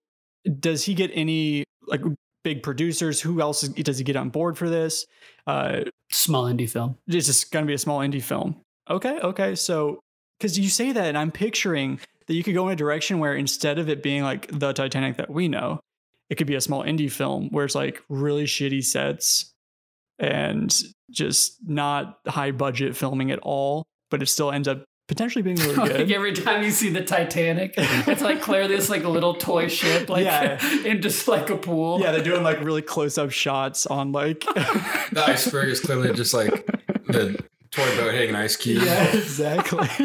[SPEAKER 1] does he get any like big producers? Who else is- does he get on board for this? Uh,
[SPEAKER 2] Small indie film.
[SPEAKER 1] it's just going to be a small indie film. Okay, okay. So, because you say that, and I'm picturing that you could go in a direction where instead of it being like the Titanic that we know, it could be a small indie film where it's like really shitty sets and just not high budget filming at all, but it still ends up potentially being really
[SPEAKER 2] Like,
[SPEAKER 1] good.
[SPEAKER 2] every time you see the Titanic, it's like clearly this like little toy ship, like
[SPEAKER 1] Yeah.
[SPEAKER 2] in just like a pool.
[SPEAKER 1] Yeah, they're doing like really close up shots on like.
[SPEAKER 3] The iceberg is clearly just like the toy boat hitting an ice cube.
[SPEAKER 1] yeah, exactly.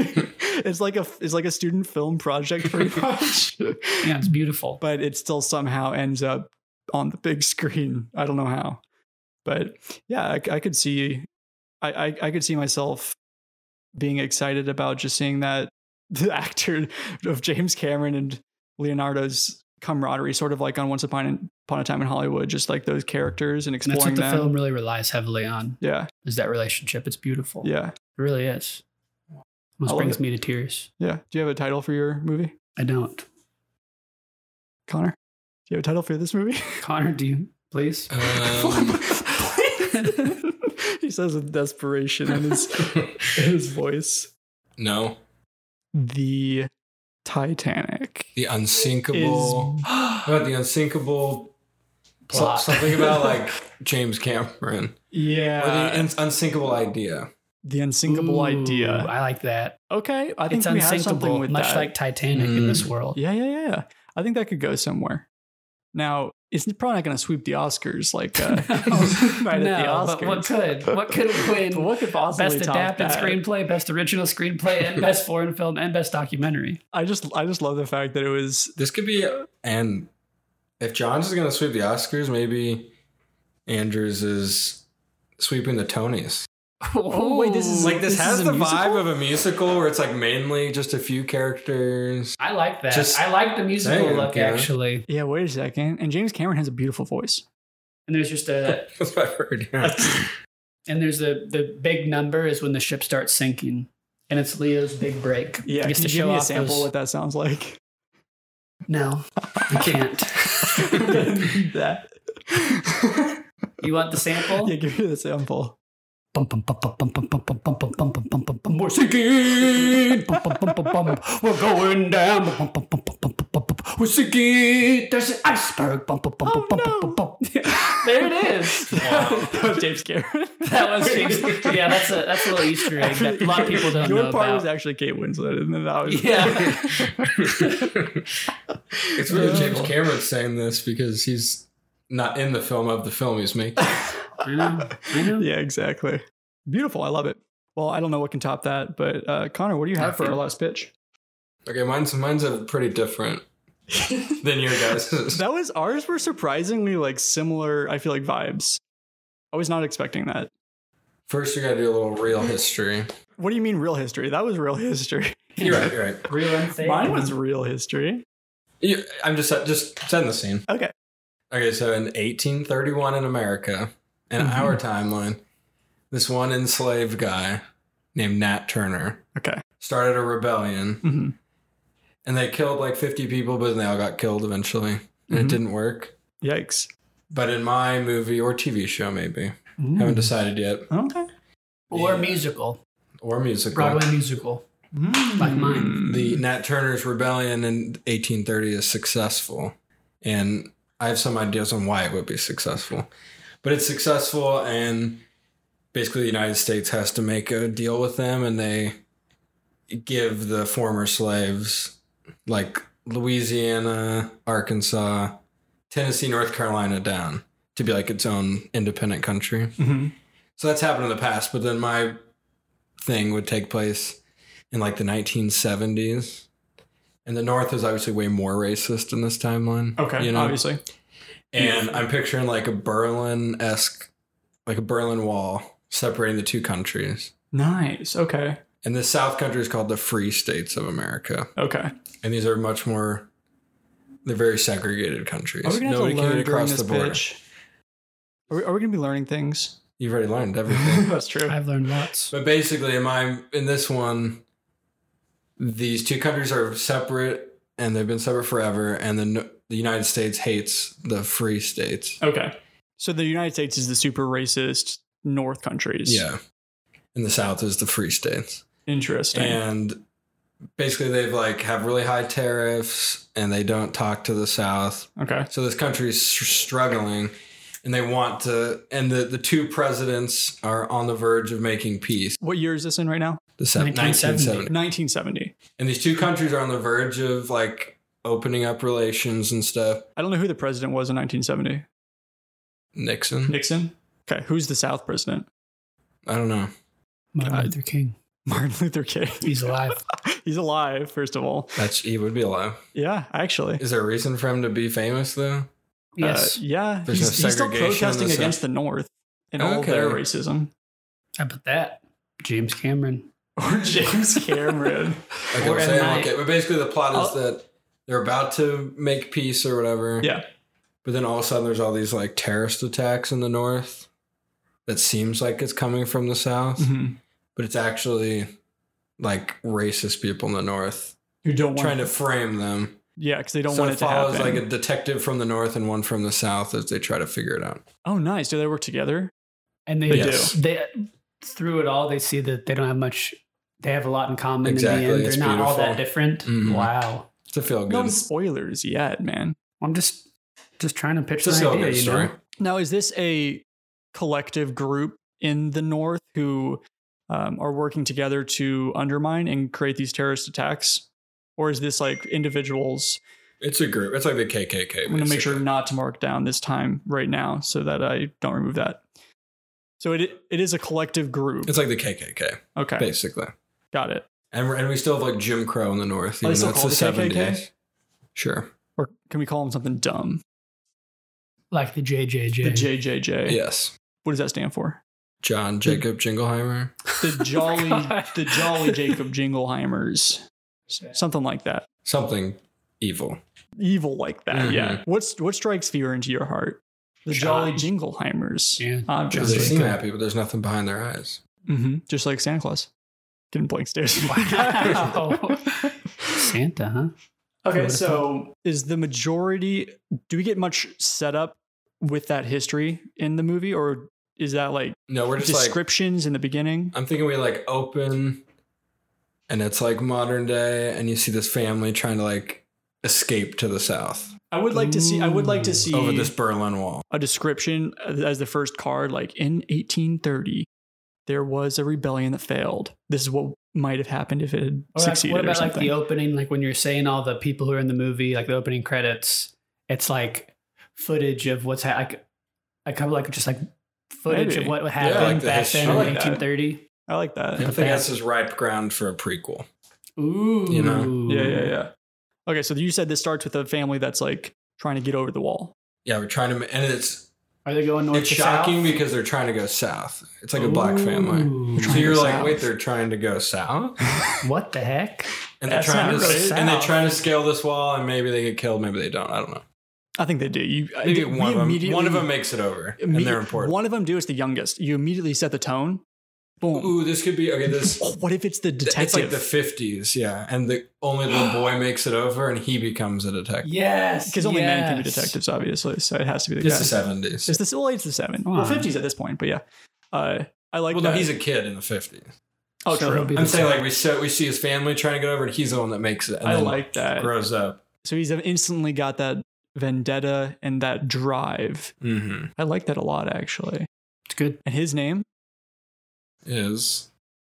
[SPEAKER 1] it's like a it's like a student film project pretty much,
[SPEAKER 2] yeah, it's beautiful.
[SPEAKER 1] but it still somehow ends up on the big screen. I don't know how, but yeah, I, I could see, I, I I could see myself being excited about just seeing that the actor of James Cameron and Leonardo's camaraderie, sort of like on Once Upon Upon a Time in Hollywood, just like those characters and
[SPEAKER 2] And that's
[SPEAKER 1] exploring
[SPEAKER 2] what the
[SPEAKER 1] them.
[SPEAKER 2] film really relies heavily on
[SPEAKER 1] Yeah,
[SPEAKER 2] is that relationship. It's beautiful.
[SPEAKER 1] yeah,
[SPEAKER 2] It really is.
[SPEAKER 1] I
[SPEAKER 2] Almost
[SPEAKER 1] love
[SPEAKER 2] brings
[SPEAKER 1] it.
[SPEAKER 2] me to tears.
[SPEAKER 1] yeah. Do you have a title for your movie?
[SPEAKER 2] I don't.
[SPEAKER 1] Connor, do you have a title for this movie?
[SPEAKER 2] Connor, do you please?
[SPEAKER 3] Um,
[SPEAKER 1] he says with desperation in his, in his voice.
[SPEAKER 3] no,
[SPEAKER 1] The Titanic.
[SPEAKER 3] the unsinkable. What about the unsinkable?
[SPEAKER 2] Plot.
[SPEAKER 3] Something about like James Cameron. Or
[SPEAKER 2] Uh,
[SPEAKER 1] yeah.
[SPEAKER 3] the uns- unsinkable idea.
[SPEAKER 1] The unsinkable
[SPEAKER 2] Ooh,
[SPEAKER 1] idea.
[SPEAKER 2] I like that.
[SPEAKER 1] Okay, I think
[SPEAKER 2] it's
[SPEAKER 1] we have something
[SPEAKER 2] unsinkable,
[SPEAKER 1] with
[SPEAKER 2] much
[SPEAKER 1] that.
[SPEAKER 2] like Titanic in
[SPEAKER 3] Mm.
[SPEAKER 2] this world.
[SPEAKER 1] yeah, yeah, yeah. I think that could go somewhere. Now, it's probably not going to sweep the Oscars like uh, Night
[SPEAKER 2] no,
[SPEAKER 1] at the
[SPEAKER 2] but
[SPEAKER 1] Oscars.
[SPEAKER 2] what could? What could
[SPEAKER 1] But
[SPEAKER 2] win?
[SPEAKER 1] what could possibly
[SPEAKER 2] Best
[SPEAKER 1] top
[SPEAKER 2] adapted
[SPEAKER 1] that?
[SPEAKER 2] screenplay, best original screenplay, and best foreign film, and best documentary.
[SPEAKER 1] I just, I just love the fact that it was.
[SPEAKER 3] This could be,
[SPEAKER 1] Uh.
[SPEAKER 3] and if John's is going to sweep the Oscars, maybe Andrews is sweeping the Tonys.
[SPEAKER 1] Oh, wait, this is-
[SPEAKER 3] Like this,
[SPEAKER 1] This
[SPEAKER 3] has
[SPEAKER 1] is
[SPEAKER 3] the
[SPEAKER 1] a musical?
[SPEAKER 3] vibe of a musical where it's like mainly just a few characters.
[SPEAKER 2] I like that.
[SPEAKER 3] Just-
[SPEAKER 2] I like the musical
[SPEAKER 3] Dang,
[SPEAKER 2] look
[SPEAKER 3] yeah.
[SPEAKER 2] actually.
[SPEAKER 1] Yeah, wait a second. And James Cameron has a beautiful voice.
[SPEAKER 2] And there's just a
[SPEAKER 3] That's what I've heard. Yeah.
[SPEAKER 2] and there's a the big number is when the ship starts sinking, and it's Leo's big break.
[SPEAKER 1] Yeah,
[SPEAKER 2] He
[SPEAKER 1] can you
[SPEAKER 2] gets to
[SPEAKER 1] give
[SPEAKER 2] show
[SPEAKER 1] me a
[SPEAKER 2] off
[SPEAKER 1] sample
[SPEAKER 2] those-
[SPEAKER 1] what that sounds like?
[SPEAKER 2] No, I can't.
[SPEAKER 1] that.
[SPEAKER 2] you want the sample?
[SPEAKER 1] yeah, give me the sample.
[SPEAKER 2] Bum, bum, bum, bum, bum, bum, bum, bum, bum, bum, bum, bum, bum, bum, bum. We're sinking. Bum, bum, bum, bum, bum. We're going down. Bum, bum, bum, bum, bum, bum, bum, bum. We're sinking. There's an iceberg. Bum, bum, bum,
[SPEAKER 1] Oh,
[SPEAKER 2] bum,
[SPEAKER 1] no.
[SPEAKER 2] bum, bum, bum. There it is.
[SPEAKER 3] Wow.
[SPEAKER 1] that was James Cameron.
[SPEAKER 2] That was yeah. That's a that's a little Easter egg that a lot of people don't
[SPEAKER 1] Your
[SPEAKER 2] know
[SPEAKER 1] part
[SPEAKER 2] about.
[SPEAKER 1] was actually Kate Winslet, and then that was
[SPEAKER 2] yeah.
[SPEAKER 3] it's really James Cameron saying this because he's not in the film of the film he's making.
[SPEAKER 2] I know. I know.
[SPEAKER 1] yeah, exactly. Beautiful, I love it. Well, I don't know what can top that, but uh, Connor, what do you have for our last pitch?
[SPEAKER 3] Okay, mine's mine's a pretty different than your guys'.
[SPEAKER 1] That was ours were surprisingly like similar. I feel like vibes. I was not expecting that.
[SPEAKER 3] First, we gotta do a little real history.
[SPEAKER 1] What do you mean real history? That was real history.
[SPEAKER 3] You're right. You're right.
[SPEAKER 2] Real unfair.
[SPEAKER 1] Mine was real history.
[SPEAKER 3] You, I'm just just setting the scene.
[SPEAKER 1] Okay.
[SPEAKER 3] Okay, so in 1831 in America, in
[SPEAKER 1] Mhm.
[SPEAKER 3] our timeline, this one enslaved guy named Nat Turner
[SPEAKER 1] Okay.
[SPEAKER 3] started a rebellion
[SPEAKER 1] hmm
[SPEAKER 3] and they killed like 50 people, but then they all got killed eventually and it
[SPEAKER 1] Mhm.
[SPEAKER 3] didn't work.
[SPEAKER 1] Yikes.
[SPEAKER 3] But in my movie or TV show, maybe.
[SPEAKER 1] Hmm.
[SPEAKER 3] Haven't decided yet.
[SPEAKER 1] Okay.
[SPEAKER 2] Or
[SPEAKER 3] Yeah.
[SPEAKER 2] musical,
[SPEAKER 3] Or musical.
[SPEAKER 2] Broadway musical.
[SPEAKER 1] Mm.
[SPEAKER 2] Like mine.
[SPEAKER 3] The Nat Turner's rebellion in 1830 is successful. And I have some ideas on why it would be successful. But it's successful, and basically, the United States has to make a deal with them, and they give the former slaves, like Louisiana, Arkansas, Tennessee, North Carolina, down to be like its own independent country.
[SPEAKER 1] Mhm.
[SPEAKER 3] So that's happened in the past, but then my thing would take place in like the 1970s. And the North is obviously way more racist in this timeline.
[SPEAKER 1] Okay.
[SPEAKER 3] You know?
[SPEAKER 1] Obviously.
[SPEAKER 3] And I'm picturing like a Berlin esque, like a Berlin wall separating the two countries.
[SPEAKER 1] Nice. Okay.
[SPEAKER 3] And the South country is called the Free States of America.
[SPEAKER 1] Okay.
[SPEAKER 3] And these are much more, they're very segregated countries.
[SPEAKER 1] Are we gonna have to learn during this pitch? Are we, are we gonna be learning things?
[SPEAKER 3] You've already learned everything.
[SPEAKER 1] That's true.
[SPEAKER 2] I've learned lots.
[SPEAKER 3] But basically, in my in this one, these two countries are separate, and they've been separate forever. And the the United States hates the free states.
[SPEAKER 1] Okay. So the United States is the super racist North countries.
[SPEAKER 3] Yeah, and the South is the free states.
[SPEAKER 1] Interesting.
[SPEAKER 3] And basically, they've like have really high tariffs, and they don't talk to the South.
[SPEAKER 1] okay.
[SPEAKER 3] So this country's s- struggling. And they want to, and the, the two presidents are on the verge of making peace.
[SPEAKER 1] What year is this in right now?
[SPEAKER 3] The se-
[SPEAKER 2] 1970.
[SPEAKER 3] 1970.
[SPEAKER 1] 1970.
[SPEAKER 3] And these two countries are on the verge of like opening up relations and stuff.
[SPEAKER 1] I don't know who the president was in 1970.
[SPEAKER 3] Nixon?
[SPEAKER 1] Nixon. Okay. Who's the South president?
[SPEAKER 3] I don't know.
[SPEAKER 2] Martin
[SPEAKER 1] Uh,
[SPEAKER 2] Luther King.
[SPEAKER 1] Martin Luther King.
[SPEAKER 2] He's alive.
[SPEAKER 1] He's alive, first of all.
[SPEAKER 3] That's he would be alive.
[SPEAKER 1] Yeah, actually.
[SPEAKER 3] Is there a reason for him to be famous though?
[SPEAKER 2] Yes,
[SPEAKER 1] Uh, yeah.
[SPEAKER 3] There's
[SPEAKER 1] He's,
[SPEAKER 3] no
[SPEAKER 1] he's still
[SPEAKER 3] segregation in the
[SPEAKER 1] protesting
[SPEAKER 3] South.
[SPEAKER 1] against the North and all
[SPEAKER 3] Okay.
[SPEAKER 1] their racism.
[SPEAKER 2] I put that. James Cameron.
[SPEAKER 1] Or James Cameron.
[SPEAKER 3] Like I'm
[SPEAKER 2] Or
[SPEAKER 3] saying,
[SPEAKER 2] am I-
[SPEAKER 3] okay, but basically the plot is
[SPEAKER 1] I'll-
[SPEAKER 3] that they're about to make peace or whatever.
[SPEAKER 1] yeah.
[SPEAKER 3] But then all of a sudden there's all these like terrorist attacks in the north that seems like it's coming from the south,
[SPEAKER 1] Mhm.
[SPEAKER 3] but it's actually like racist people in the north
[SPEAKER 1] Who don't want
[SPEAKER 3] trying to frame them.
[SPEAKER 1] Yeah, because they don't
[SPEAKER 3] so
[SPEAKER 1] want
[SPEAKER 3] it
[SPEAKER 1] it to
[SPEAKER 3] follows
[SPEAKER 1] happen.
[SPEAKER 3] like a detective from the north and one from the south as they try to figure it out.
[SPEAKER 1] oh, nice. Do they work together?
[SPEAKER 2] And they,
[SPEAKER 1] They
[SPEAKER 3] Yes.
[SPEAKER 1] do.
[SPEAKER 2] they through it all, they see that they don't have much. They have a lot in common
[SPEAKER 3] Exactly,
[SPEAKER 2] in the end.
[SPEAKER 3] it's
[SPEAKER 2] They're not all that
[SPEAKER 3] beautiful.
[SPEAKER 2] different.
[SPEAKER 1] Mm-hmm.
[SPEAKER 3] Mhm.
[SPEAKER 2] Wow.
[SPEAKER 3] It's a feel
[SPEAKER 1] No
[SPEAKER 3] good.
[SPEAKER 1] spoilers yet, man.
[SPEAKER 2] I'm just just trying to pitch
[SPEAKER 3] It's a
[SPEAKER 2] my
[SPEAKER 3] feel
[SPEAKER 2] idea.
[SPEAKER 3] good
[SPEAKER 2] You
[SPEAKER 3] story.
[SPEAKER 2] know?
[SPEAKER 1] Now, is this a collective group in the North who um, are working together to undermine and create these terrorist attacks? Or is this like individuals?
[SPEAKER 3] It's a group. It's like the KKK.
[SPEAKER 1] I'm going to make sure
[SPEAKER 3] basically.
[SPEAKER 1] not to mark down this time right now so that I don't remove that. So it, it is a collective group.
[SPEAKER 3] It's like the KKK,
[SPEAKER 1] okay,
[SPEAKER 3] basically.
[SPEAKER 1] got it.
[SPEAKER 3] And, we're, and we still have like Jim Crow in the North.
[SPEAKER 1] Are they
[SPEAKER 3] Even
[SPEAKER 1] still
[SPEAKER 3] though it's the
[SPEAKER 1] called the KKK?
[SPEAKER 3] 70s. Sure.
[SPEAKER 1] Or can we call them something dumb?
[SPEAKER 2] Like the JJJ.
[SPEAKER 1] The JJJ.
[SPEAKER 3] Yes.
[SPEAKER 1] What does that stand for?
[SPEAKER 3] John Jacob Jingleheimer.
[SPEAKER 1] The Jolly,
[SPEAKER 2] God.
[SPEAKER 1] the Jolly Jacob Jingleheimers, S- something like that.
[SPEAKER 3] Something evil.
[SPEAKER 1] evil like that.
[SPEAKER 3] Mhm.
[SPEAKER 1] Yeah. What's what strikes fear into your heart? The
[SPEAKER 2] John.
[SPEAKER 1] Jolly Jingleheimers.
[SPEAKER 2] Yeah.
[SPEAKER 3] Because
[SPEAKER 1] Obviously.
[SPEAKER 3] they
[SPEAKER 2] John
[SPEAKER 3] seem
[SPEAKER 2] Jacob.
[SPEAKER 3] happy, but there's nothing behind their eyes.
[SPEAKER 1] hmm Just like Santa Claus. Getting blank stares.
[SPEAKER 2] Wow. Santa, huh?
[SPEAKER 1] okay, so is the majority do we get much setup with that history in the movie or is that like
[SPEAKER 3] No, we're just like,
[SPEAKER 1] descriptions in the beginning?
[SPEAKER 3] I'm thinking we like open and it's like modern day, and you see this family trying to like escape to the South
[SPEAKER 1] I would like to see I would like
[SPEAKER 2] Ooh.
[SPEAKER 1] to see
[SPEAKER 3] over this Berlin Wall.
[SPEAKER 1] a description as the first card like in 1830 there was a rebellion that failed. This is what might have happened if it had
[SPEAKER 2] Or like,
[SPEAKER 1] succeeded
[SPEAKER 2] what
[SPEAKER 1] or
[SPEAKER 2] about like
[SPEAKER 1] something.
[SPEAKER 2] the opening? Like when you're saying all the people who are in the movie, like the opening credits, it's like footage of what's ha- like, I kind of like just like footage
[SPEAKER 1] Maybe.
[SPEAKER 2] of what
[SPEAKER 3] Yeah, like
[SPEAKER 2] happened
[SPEAKER 3] the
[SPEAKER 2] back
[SPEAKER 3] history.
[SPEAKER 2] then
[SPEAKER 1] I
[SPEAKER 2] in
[SPEAKER 1] like that.
[SPEAKER 2] 1930.
[SPEAKER 1] I like that.
[SPEAKER 3] I think that's just ripe ground for a prequel.
[SPEAKER 2] Ooh,
[SPEAKER 3] You
[SPEAKER 1] Yeah, yeah, yeah. Okay, so you said this starts with a family that's like trying to get over the wall.
[SPEAKER 3] Yeah, we're trying to, ma- and it's
[SPEAKER 2] Are they going north
[SPEAKER 3] it's
[SPEAKER 2] to
[SPEAKER 3] shocking
[SPEAKER 2] south?
[SPEAKER 3] because they're trying to go south. It's like a black family.
[SPEAKER 2] Ooh.
[SPEAKER 3] So you're
[SPEAKER 1] Go
[SPEAKER 3] like,
[SPEAKER 1] south.
[SPEAKER 3] wait, they're trying to go south,
[SPEAKER 2] what the heck?
[SPEAKER 3] and they're
[SPEAKER 1] That's
[SPEAKER 3] trying to
[SPEAKER 1] not really
[SPEAKER 3] and they're
[SPEAKER 2] south.
[SPEAKER 3] trying to scale this wall, and maybe they get killed, maybe they don't. I don't know.
[SPEAKER 1] I think they do. You I-
[SPEAKER 3] Maybe
[SPEAKER 1] we
[SPEAKER 3] one of them,
[SPEAKER 1] immediately-
[SPEAKER 3] one of them makes it over, and
[SPEAKER 1] imme-
[SPEAKER 3] they're important.
[SPEAKER 1] One of them do. It's the youngest. You immediately set the tone Boom.
[SPEAKER 3] Ooh, this could be okay. This
[SPEAKER 1] Oh, what if it's the detective?
[SPEAKER 3] it's like the fifties, yeah. And the only the boy makes it over, and he becomes a detective.
[SPEAKER 2] Yes.
[SPEAKER 1] because only men can be
[SPEAKER 2] yes.
[SPEAKER 1] detectives, obviously. So it has to be the
[SPEAKER 3] It's
[SPEAKER 1] guy.
[SPEAKER 3] the seventies.
[SPEAKER 1] It's the well, it's the seven.
[SPEAKER 2] Come
[SPEAKER 1] Well,
[SPEAKER 2] on.
[SPEAKER 1] fifties at this point, but yeah. Uh, I like
[SPEAKER 3] Well, no,
[SPEAKER 1] that.
[SPEAKER 3] he's a kid in the fifties.
[SPEAKER 1] oh,
[SPEAKER 2] So
[SPEAKER 1] true.
[SPEAKER 2] he'll be
[SPEAKER 3] I'm
[SPEAKER 2] the
[SPEAKER 3] saying
[SPEAKER 2] same.
[SPEAKER 3] like we so we see his family trying to get over, and he's the one that makes it. And
[SPEAKER 1] I
[SPEAKER 3] then
[SPEAKER 1] like that.
[SPEAKER 3] Grows up.
[SPEAKER 1] So he's instantly got that vendetta and that drive.
[SPEAKER 3] Mm-hmm.
[SPEAKER 1] I like that a lot, actually.
[SPEAKER 2] it's good.
[SPEAKER 1] And his name?
[SPEAKER 3] Is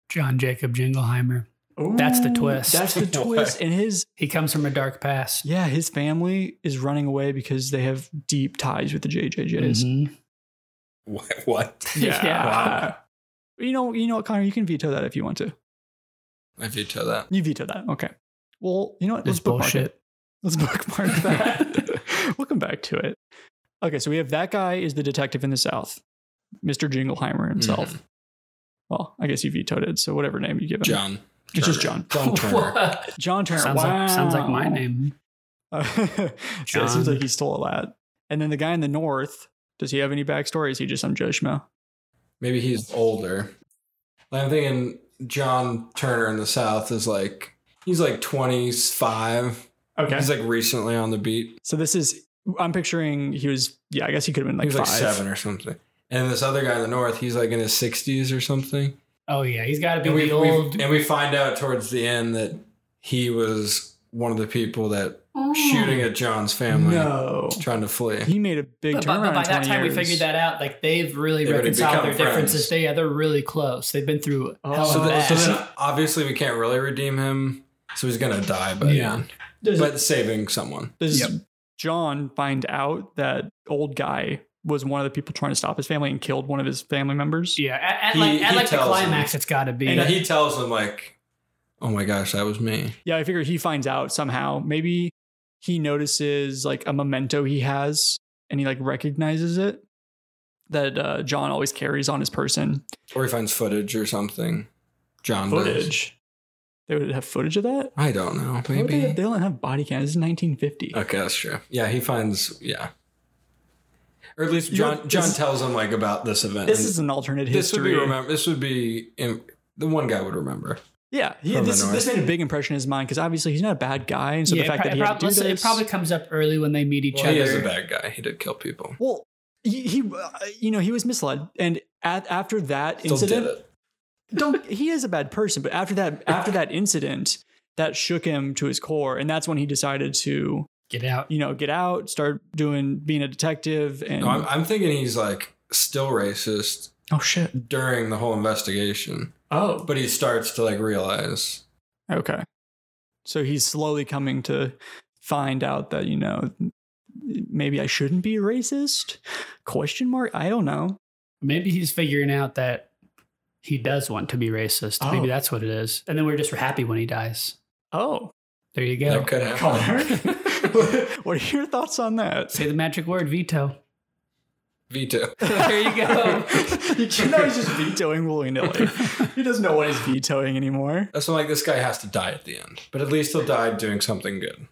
[SPEAKER 2] John Jacob Jingleheimer. That's the
[SPEAKER 1] Ooh,
[SPEAKER 2] twist.
[SPEAKER 1] That's the twist. And his
[SPEAKER 2] He comes from a dark past.
[SPEAKER 1] yeah, his family is running away because they have deep ties with the JJJs.
[SPEAKER 2] Mhm.
[SPEAKER 3] what? what?
[SPEAKER 2] Mm-hmm. Yeah.
[SPEAKER 3] Wow.
[SPEAKER 1] You know, you know what, Connor, you can veto that if you want to.
[SPEAKER 3] I veto that.
[SPEAKER 1] You veto that. Okay. Well, you know what?
[SPEAKER 2] This
[SPEAKER 1] bookmark
[SPEAKER 2] bullshit.
[SPEAKER 1] it. Let's bookmark that. we'll come back to it. Okay, so we have that guy is the detective in the South, Mr. Jingleheimer himself.
[SPEAKER 2] Mm-hmm.
[SPEAKER 1] Well, I guess you vetoed it, so whatever name you give him.
[SPEAKER 3] John.
[SPEAKER 1] It's just
[SPEAKER 3] Turner.
[SPEAKER 1] John.
[SPEAKER 3] John Turner.
[SPEAKER 2] What?
[SPEAKER 1] John Turner.
[SPEAKER 2] Sounds like sounds like my
[SPEAKER 1] Wow.
[SPEAKER 2] name.
[SPEAKER 1] Uh, yeah, it seems
[SPEAKER 2] John.
[SPEAKER 1] like he stole that. And then the guy in the North, does he have any backstory? Is he just some Joe Schmo?
[SPEAKER 3] Maybe he's older. I'm thinking John Turner in the South is like he's like 25.
[SPEAKER 1] Okay.
[SPEAKER 3] He's like recently on the beat.
[SPEAKER 1] So this is, I'm picturing he was, yeah, I guess he could have been like
[SPEAKER 3] he's
[SPEAKER 1] five.
[SPEAKER 3] like seven or something. And this other guy in the North, he's like in his 60s or something.
[SPEAKER 2] Oh yeah, he's got to be
[SPEAKER 3] And we,
[SPEAKER 2] the
[SPEAKER 3] we
[SPEAKER 2] old.
[SPEAKER 3] and we find out towards the end that he was one of the people that shooting at John's family,
[SPEAKER 1] Hmm. No.
[SPEAKER 3] trying to flee.
[SPEAKER 1] He made a big
[SPEAKER 2] But, but-
[SPEAKER 1] turnaround.
[SPEAKER 2] but by
[SPEAKER 1] in
[SPEAKER 2] that
[SPEAKER 1] 20
[SPEAKER 2] time,
[SPEAKER 1] years.
[SPEAKER 2] we figured that out. Like they've really
[SPEAKER 3] They've already
[SPEAKER 2] reconciled
[SPEAKER 3] become
[SPEAKER 2] their differences.
[SPEAKER 3] friends.
[SPEAKER 2] They, yeah, they're really close. They've been through
[SPEAKER 1] Oh.
[SPEAKER 2] hell
[SPEAKER 1] So
[SPEAKER 2] and
[SPEAKER 3] So,
[SPEAKER 2] back.
[SPEAKER 3] that, so then obviously we can't really redeem him. So he's gonna die by
[SPEAKER 2] Yeah.
[SPEAKER 3] the end.
[SPEAKER 1] Does,
[SPEAKER 3] But saving someone.
[SPEAKER 1] does
[SPEAKER 2] Yep.
[SPEAKER 1] John find out that old guy was one of the people trying to stop his family and killed one of his family members?
[SPEAKER 2] yeah, at, at
[SPEAKER 3] He-
[SPEAKER 2] like, at
[SPEAKER 3] he
[SPEAKER 2] like the
[SPEAKER 3] tells
[SPEAKER 2] climax, it's got to be.
[SPEAKER 3] And uh, he tells him like, "Oh my gosh, that was me."
[SPEAKER 1] Yeah, I figure he finds out somehow. Maybe he notices like a memento he has and he like recognizes it that uh, John always carries on his person.
[SPEAKER 3] Or he finds footage or something. John Does.
[SPEAKER 1] Footage. They would have footage of that?
[SPEAKER 3] I don't know.
[SPEAKER 1] What would They,
[SPEAKER 3] Maybe.
[SPEAKER 1] they don't have body cams. This is 1950.
[SPEAKER 3] Okay, that's true. Yeah, he finds. Yeah. Or at least
[SPEAKER 1] You
[SPEAKER 3] John.
[SPEAKER 1] know,
[SPEAKER 3] John
[SPEAKER 1] this-
[SPEAKER 3] tells him like about this event.
[SPEAKER 1] This
[SPEAKER 3] and
[SPEAKER 1] is an alternate
[SPEAKER 3] this would
[SPEAKER 1] history.
[SPEAKER 3] be remember. This would be in, the one guy would remember.
[SPEAKER 1] yeah, he,
[SPEAKER 3] From the
[SPEAKER 1] this, this made a big impression in his mind because obviously he's not a bad guy, and so
[SPEAKER 2] Yeah,
[SPEAKER 1] the fact
[SPEAKER 2] it
[SPEAKER 1] that he
[SPEAKER 2] prob-
[SPEAKER 1] had to do
[SPEAKER 2] let's say
[SPEAKER 1] this,
[SPEAKER 2] it probably comes up early when they meet each
[SPEAKER 3] Well, he
[SPEAKER 2] other.
[SPEAKER 3] is a bad guy. He did kill people.
[SPEAKER 1] well, he, he uh, you know, he was misled, and at, after that
[SPEAKER 3] Still
[SPEAKER 1] incident,
[SPEAKER 3] did it.
[SPEAKER 1] don't he is a bad person but after that after that incident that shook him to his core and that's when he decided to
[SPEAKER 2] Get out.
[SPEAKER 1] you know get out start doing being a detective and
[SPEAKER 3] No, I'm, I'm thinking he's like still racist
[SPEAKER 1] oh shit
[SPEAKER 3] during the whole investigation,
[SPEAKER 1] oh
[SPEAKER 3] but he starts to like realize.
[SPEAKER 1] okay so he's slowly coming to find out that you know maybe i shouldn't be a racist question mark i don't know
[SPEAKER 2] Maybe he's figuring out that he does want to be racist.
[SPEAKER 1] Oh.
[SPEAKER 2] Maybe that's what it is. And then we're just happy when he dies.
[SPEAKER 1] oh
[SPEAKER 2] There you go.
[SPEAKER 3] That could
[SPEAKER 1] Connor.
[SPEAKER 3] happen.
[SPEAKER 1] what are your thoughts on that
[SPEAKER 2] Say the magic word, veto.
[SPEAKER 3] Veto.
[SPEAKER 2] there you go.
[SPEAKER 1] you know he's just vetoing willy-nilly he doesn't know what he's vetoing anymore
[SPEAKER 3] That's why like this guy has to die at the end, but at least he'll die doing something good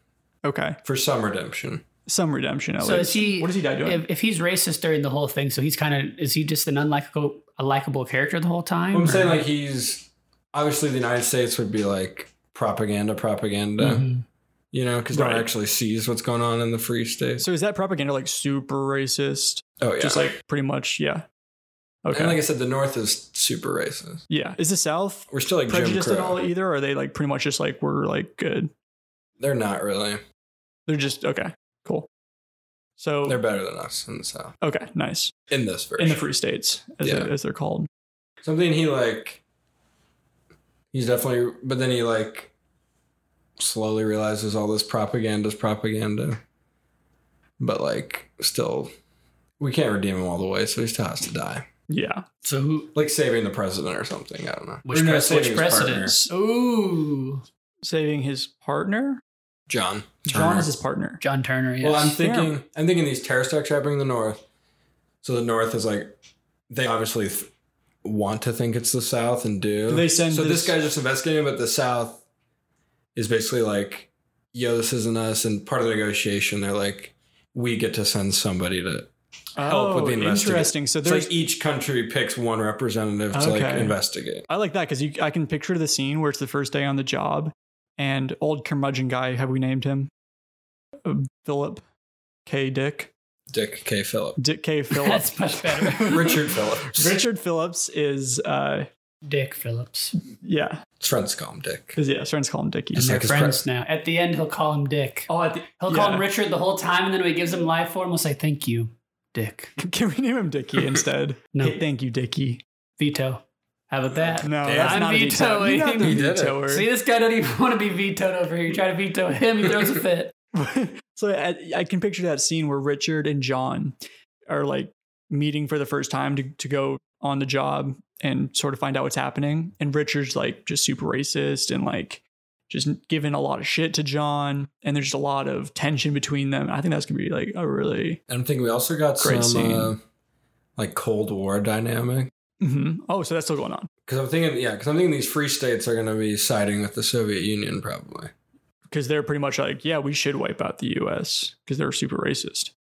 [SPEAKER 1] okay
[SPEAKER 3] for some redemption.
[SPEAKER 1] some redemption at
[SPEAKER 2] So
[SPEAKER 1] least.
[SPEAKER 2] is he?
[SPEAKER 1] what does he die doing?
[SPEAKER 2] If, if he's racist during the whole thing, so he's kind of is he just an unlikable, a likable character the whole time?
[SPEAKER 3] I'm
[SPEAKER 2] or-
[SPEAKER 3] saying like he's obviously the United States would be like propaganda, propaganda,
[SPEAKER 2] Mhm.
[SPEAKER 3] you know, because no
[SPEAKER 1] Mm-hmm. Right.
[SPEAKER 3] one actually sees what's going on in the free states.
[SPEAKER 1] so is that propaganda like super racist?
[SPEAKER 3] Oh yeah,
[SPEAKER 1] Just like pretty much, yeah. Okay.
[SPEAKER 3] and like I said, the North is super racist.
[SPEAKER 1] yeah. Is the South
[SPEAKER 3] We're still like Jim
[SPEAKER 1] prejudiced
[SPEAKER 3] Crow.
[SPEAKER 1] at all e- either? Or are they like pretty much just like we're like good?
[SPEAKER 3] They're not really.
[SPEAKER 1] They're just okay, cool. So
[SPEAKER 3] They're better than us in the South.
[SPEAKER 1] okay, nice.
[SPEAKER 3] In this version.
[SPEAKER 1] In the free states, as,
[SPEAKER 3] Yeah.
[SPEAKER 1] they're, as they're called.
[SPEAKER 3] Something he like he's definitely but then he like slowly realizes all this propaganda's propaganda. But like still we can't redeem him all the way, so he still has to die.
[SPEAKER 1] Yeah.
[SPEAKER 2] So who?
[SPEAKER 3] Like saving the president or something. I don't know.
[SPEAKER 2] Which,
[SPEAKER 3] Or no,
[SPEAKER 2] pres-
[SPEAKER 3] saving
[SPEAKER 2] which
[SPEAKER 3] his partner.
[SPEAKER 2] precedence? Ooh,
[SPEAKER 1] Saving his partner.
[SPEAKER 3] John.
[SPEAKER 1] John
[SPEAKER 3] Turner.
[SPEAKER 1] is his partner.
[SPEAKER 2] John Turner. Yes.
[SPEAKER 3] Well, I'm thinking I'm thinking these terrorists are trapping the North. So the North is like they obviously th- want to think it's the South and do.
[SPEAKER 1] Do they send
[SPEAKER 3] so this,
[SPEAKER 1] this-
[SPEAKER 3] guy's just investigating, but the South is basically like, yo, this isn't us. And part of the negotiation, they're like, we get to send somebody to help with the investigation.
[SPEAKER 1] Oh, Interesting. So
[SPEAKER 3] It's
[SPEAKER 1] there's.
[SPEAKER 3] like each country picks one representative to like
[SPEAKER 1] Okay.
[SPEAKER 3] investigate.
[SPEAKER 1] I like that because I can picture the scene where it's the first day on the job, and old curmudgeon guy. Have we named him? Uh, Philip K. Dick.
[SPEAKER 3] Dick K. Phillip.
[SPEAKER 1] Dick K. Phillips.
[SPEAKER 2] That's much better.
[SPEAKER 3] Richard Phillips.
[SPEAKER 1] Richard Phillips is. uh
[SPEAKER 2] Dick Phillips.
[SPEAKER 1] Yeah,
[SPEAKER 3] His friends call him Dick.
[SPEAKER 1] 'cause, yeah, his friends call him Dickie.
[SPEAKER 2] And
[SPEAKER 3] Just
[SPEAKER 2] they're
[SPEAKER 3] like his
[SPEAKER 2] friends now. At the end, he'll call him Dick. Oh, at the, he'll call
[SPEAKER 1] Yeah.
[SPEAKER 2] him Richard the whole time, and then when he gives him life form, we'll say, Thank you, Dick.
[SPEAKER 1] Can we name him Dickie instead?
[SPEAKER 2] No.
[SPEAKER 1] Hey, thank you, Dickie.
[SPEAKER 2] Veto. How about that?
[SPEAKER 1] No,
[SPEAKER 3] Damn.
[SPEAKER 1] that's
[SPEAKER 2] I'm
[SPEAKER 1] not a veto. You're not the
[SPEAKER 3] vetoing. He did it.
[SPEAKER 1] vetoer.
[SPEAKER 2] See, this guy doesn't even want to be vetoed over here. You try to veto him, he throws a fit.
[SPEAKER 1] so I, I can picture that scene where Richard and John are like meeting for the first time to, to go on the job and sort of find out what's happening. And Richard's like just super racist and like just giving a lot of shit to John. And there's just a lot of tension between them. I think that's going to be like a really.
[SPEAKER 3] And I think we also got
[SPEAKER 1] Great
[SPEAKER 3] some
[SPEAKER 1] scene.
[SPEAKER 3] uh, like Cold War dynamic.
[SPEAKER 1] Mhm. Oh, so that's still going on.
[SPEAKER 3] Because I'm thinking, yeah, because I'm thinking these free states are going to be siding with the Soviet Union probably.
[SPEAKER 1] Because they're pretty much like, yeah, we should wipe out the US because they're super racist.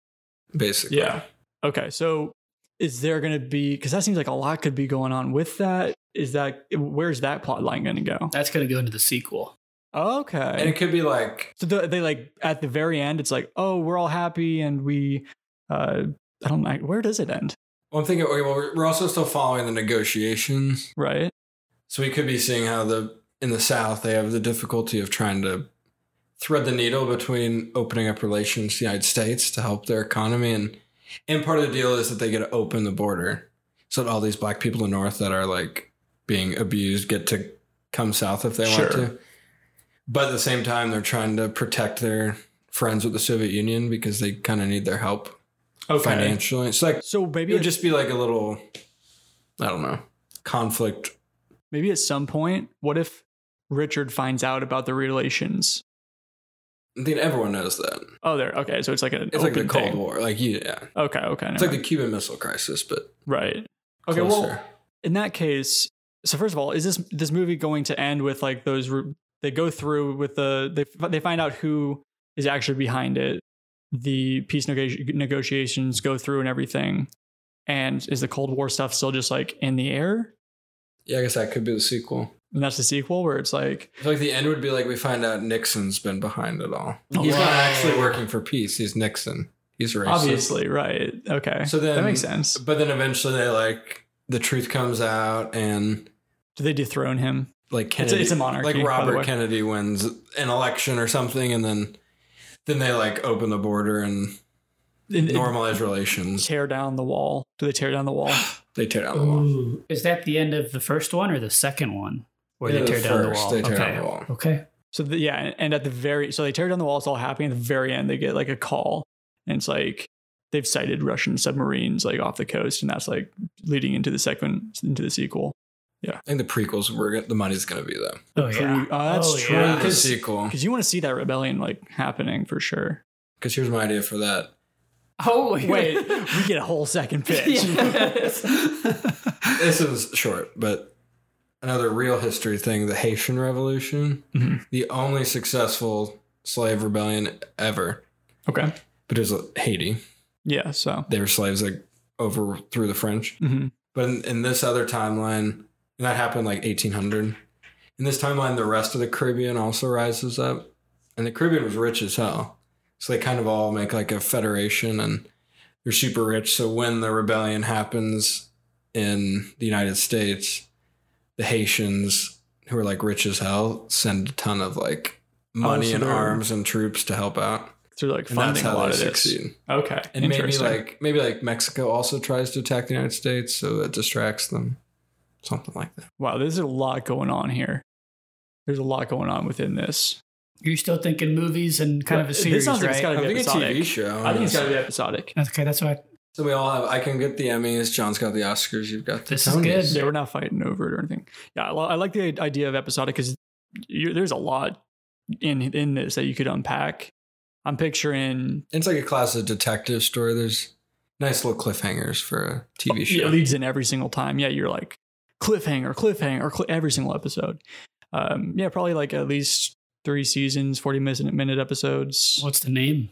[SPEAKER 3] Basically,
[SPEAKER 1] Yeah. Okay. So is there going to be, because that seems like a lot could be going on with that. Is that, where's that plot line going to go?
[SPEAKER 2] That's going to go into the sequel.
[SPEAKER 3] And
[SPEAKER 1] Okay.
[SPEAKER 3] it could be like
[SPEAKER 1] So the, they like, at the very end, it's like, oh, we're all happy and we, uh, I don't know, where does it end?
[SPEAKER 3] well, I'm thinking. Okay, well, we're- we're also still following the negotiations,
[SPEAKER 1] Right.
[SPEAKER 3] so we could be seeing how the in the South they have the difficulty of trying to thread the needle between opening up relations to the United States to help their economy, and and part of the deal is that they get to open the border, so that all these black people in the North that are like being abused get to come south if they want
[SPEAKER 1] Sure.
[SPEAKER 3] to. But at the same time, they're trying to protect their friends with the Soviet Union because they kind of need their help
[SPEAKER 1] Okay.
[SPEAKER 3] financially. It's like
[SPEAKER 1] So
[SPEAKER 3] Maybe
[SPEAKER 1] maybe
[SPEAKER 3] it would
[SPEAKER 1] just,
[SPEAKER 3] Oh, just be like a little, I don't know, conflict.
[SPEAKER 1] maybe at some point, what if Richard finds out about the relations?
[SPEAKER 3] I think everyone knows that.
[SPEAKER 1] Oh, there. Okay. So it's like an
[SPEAKER 3] It's like
[SPEAKER 1] open
[SPEAKER 3] the Cold
[SPEAKER 1] thing.
[SPEAKER 3] War. Like, yeah.
[SPEAKER 1] Okay. Okay.
[SPEAKER 3] It's like the Cuban Missile Crisis, but
[SPEAKER 1] right. Okay. Well,
[SPEAKER 3] closer.
[SPEAKER 1] in that case so first of all is this this movie going to end with like those ru- they go through with the they, f- they find out who is actually behind it the peace neg- negotiations go through and everything and is the cold war stuff still just like in the air
[SPEAKER 3] yeah, I guess that could be the sequel.
[SPEAKER 1] and that's the sequel where it's like
[SPEAKER 3] I feel like the end would be like we find out Nixon's been behind it all.
[SPEAKER 1] Oh,
[SPEAKER 3] He's
[SPEAKER 1] wow.
[SPEAKER 3] not actually working for peace. He's Nixon. He's racist.
[SPEAKER 1] obviously right okay
[SPEAKER 3] So then-
[SPEAKER 1] that makes sense
[SPEAKER 3] But then eventually they like the truth comes out and
[SPEAKER 1] do they dethrone him
[SPEAKER 3] like
[SPEAKER 1] It's a-
[SPEAKER 3] Kennedy,
[SPEAKER 1] it's a monarchy, by
[SPEAKER 3] Like
[SPEAKER 1] the
[SPEAKER 3] Robert
[SPEAKER 1] way.
[SPEAKER 3] Kennedy wins an election or something, and then then they like open the border and
[SPEAKER 1] In- in-
[SPEAKER 3] normalize relations.
[SPEAKER 1] tear down the wall do they tear down the wall
[SPEAKER 3] They tear down the wall.
[SPEAKER 1] Oh.
[SPEAKER 2] Ooh. Is that the end of the first one or the second one? Where
[SPEAKER 3] Yeah,
[SPEAKER 2] they
[SPEAKER 3] the
[SPEAKER 2] tear down the
[SPEAKER 3] first,
[SPEAKER 2] wall.
[SPEAKER 3] they tear
[SPEAKER 2] okay.
[SPEAKER 3] down the wall.
[SPEAKER 2] Okay.
[SPEAKER 1] So the, yeah, and at the very so they tear down the wall. It's all happening. At the very end, they get like a call, and it's like they've sighted Russian submarines like off the coast, and that's like leading into the second into the sequel.
[SPEAKER 3] I think the prequels were gonna- the money's going to be them.
[SPEAKER 2] Oh,
[SPEAKER 1] pre-
[SPEAKER 2] yeah.
[SPEAKER 1] Oh, that's
[SPEAKER 2] Oh,
[SPEAKER 1] true.
[SPEAKER 2] yeah.
[SPEAKER 3] The
[SPEAKER 1] 'Cause-
[SPEAKER 3] sequel.
[SPEAKER 1] Because you want to see that rebellion like happening for sure.
[SPEAKER 3] Because here's my idea for that.
[SPEAKER 2] Oh,
[SPEAKER 1] Wait, we get a whole second pitch.
[SPEAKER 2] Yes.
[SPEAKER 3] This is short, but another real history thing: the Haitian Revolution,
[SPEAKER 1] Mhm.
[SPEAKER 3] the only successful slave rebellion ever.
[SPEAKER 1] Okay.
[SPEAKER 3] But it was uh, Haiti.
[SPEAKER 1] Yeah. So.
[SPEAKER 3] They were slaves that overthrew the French.
[SPEAKER 1] mhm.
[SPEAKER 3] But in, in this other timeline, and that happened like 1800. In this timeline, the rest of the Caribbean also rises up, and the Caribbean was rich as hell. So they kind of all make like a federation, and they're super rich. So when the rebellion happens in the United States, the Haitians, who are like rich as hell, send a ton of like money
[SPEAKER 1] Oh, so
[SPEAKER 3] and
[SPEAKER 1] they're-
[SPEAKER 3] arms and troops to help out,
[SPEAKER 1] Through like
[SPEAKER 3] and that's
[SPEAKER 1] funding a
[SPEAKER 3] how
[SPEAKER 1] lot
[SPEAKER 3] they
[SPEAKER 1] of this.
[SPEAKER 3] succeed.
[SPEAKER 1] Okay.
[SPEAKER 3] And maybe
[SPEAKER 1] Interesting.
[SPEAKER 3] like maybe like Mexico also tries to attack the United States, so that distracts them. Something like that.
[SPEAKER 1] wow, there's a lot going on here. There's a lot going on within this.
[SPEAKER 2] You're still thinking movies and kind of a
[SPEAKER 1] This
[SPEAKER 2] series,
[SPEAKER 1] sounds like it's
[SPEAKER 2] right?
[SPEAKER 1] gotta
[SPEAKER 3] I
[SPEAKER 1] be
[SPEAKER 3] think a
[SPEAKER 1] episodic.
[SPEAKER 3] TV show.
[SPEAKER 1] I think it's got to be episodic.
[SPEAKER 2] okay, that's what I,
[SPEAKER 3] so we all have. I can get the Emmys. John's got the Oscars. You've got the
[SPEAKER 2] This is
[SPEAKER 3] Tonys.
[SPEAKER 2] good.
[SPEAKER 1] Yeah, we're not fighting over it or anything. Yeah, I, lo- I like the i- idea of episodic because there's a lot in in this that you could unpack. I'm picturing
[SPEAKER 3] It's like a classic detective story. There's nice little cliffhangers for a TV
[SPEAKER 1] it
[SPEAKER 3] show.
[SPEAKER 1] leads in every single time. Yeah, you're like cliffhanger, cliffhanger, cli every single episode. Um, yeah, probably like at least three seasons, forty minute minute episodes.
[SPEAKER 2] what's the name?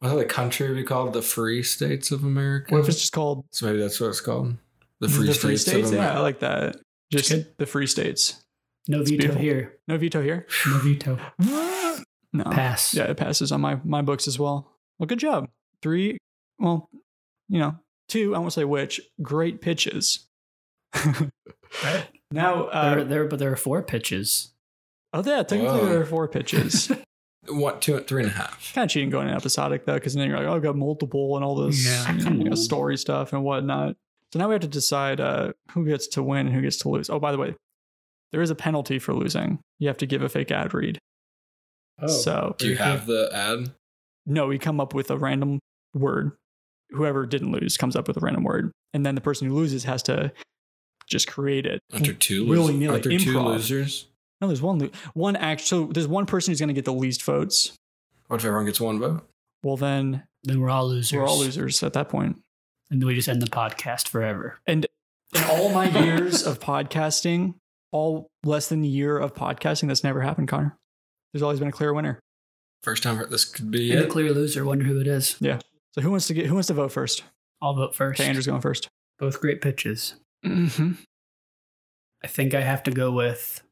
[SPEAKER 3] What the country would be called? The Free States of America.
[SPEAKER 1] What if it's just called
[SPEAKER 3] so maybe that's what it's called. The Free States, of
[SPEAKER 1] Yeah, I
[SPEAKER 3] America.
[SPEAKER 1] like that. Just
[SPEAKER 2] good.
[SPEAKER 1] the free states.
[SPEAKER 2] No
[SPEAKER 1] It's
[SPEAKER 2] veto
[SPEAKER 1] beautiful.
[SPEAKER 2] here.
[SPEAKER 1] No veto here.
[SPEAKER 2] No veto.
[SPEAKER 1] No.
[SPEAKER 3] Oh.
[SPEAKER 2] Pass.
[SPEAKER 1] Yeah, it passes on my my books as well. Well, good job. Three. Well, you know, two. I won't say which. Great pitches. now,
[SPEAKER 2] there, are,
[SPEAKER 1] uh,
[SPEAKER 2] there, but there are four pitches.
[SPEAKER 1] oh yeah, technically
[SPEAKER 3] Whoa.
[SPEAKER 1] there are four pitches.
[SPEAKER 3] What two three and a half?
[SPEAKER 1] kind of cheating going in episodic though, because then you're like, oh, I've got multiple and all this
[SPEAKER 2] Yeah.
[SPEAKER 1] you know, you got story stuff and whatnot. So now we have to decide uh, who gets to win and who gets to lose. Oh, by the way, there is a penalty for losing. You have to give a fake ad read. Oh.
[SPEAKER 2] Oh,
[SPEAKER 1] So
[SPEAKER 3] Do you have the ad?
[SPEAKER 1] no, we come up with a random word. Whoever didn't lose comes up with a random word, and then the person who loses has to just create it.
[SPEAKER 3] Aren't there two
[SPEAKER 1] Willy
[SPEAKER 3] losers?
[SPEAKER 1] nilly
[SPEAKER 3] Aren't there two
[SPEAKER 1] improv.
[SPEAKER 3] losers?
[SPEAKER 1] No, there's one lo- one act. So there's one person who's going to get the least votes.
[SPEAKER 3] What if everyone gets one vote?
[SPEAKER 1] Well, then
[SPEAKER 2] then we're all losers.
[SPEAKER 1] we're all losers at that point.
[SPEAKER 2] And then we just end the podcast forever.
[SPEAKER 1] in all my years of podcasting, all less than a year of podcasting, that's never happened, Connor. There's always been a clear winner.
[SPEAKER 3] First time for- this could be
[SPEAKER 2] And the
[SPEAKER 3] it.
[SPEAKER 2] clear loser. Wonder who it is.
[SPEAKER 1] So who wants to get who wants to vote first?
[SPEAKER 2] I'll vote first.
[SPEAKER 1] Okay, Andrew's going 1st
[SPEAKER 2] Both great pitches.
[SPEAKER 1] Mm-hmm.
[SPEAKER 2] I think I have to go with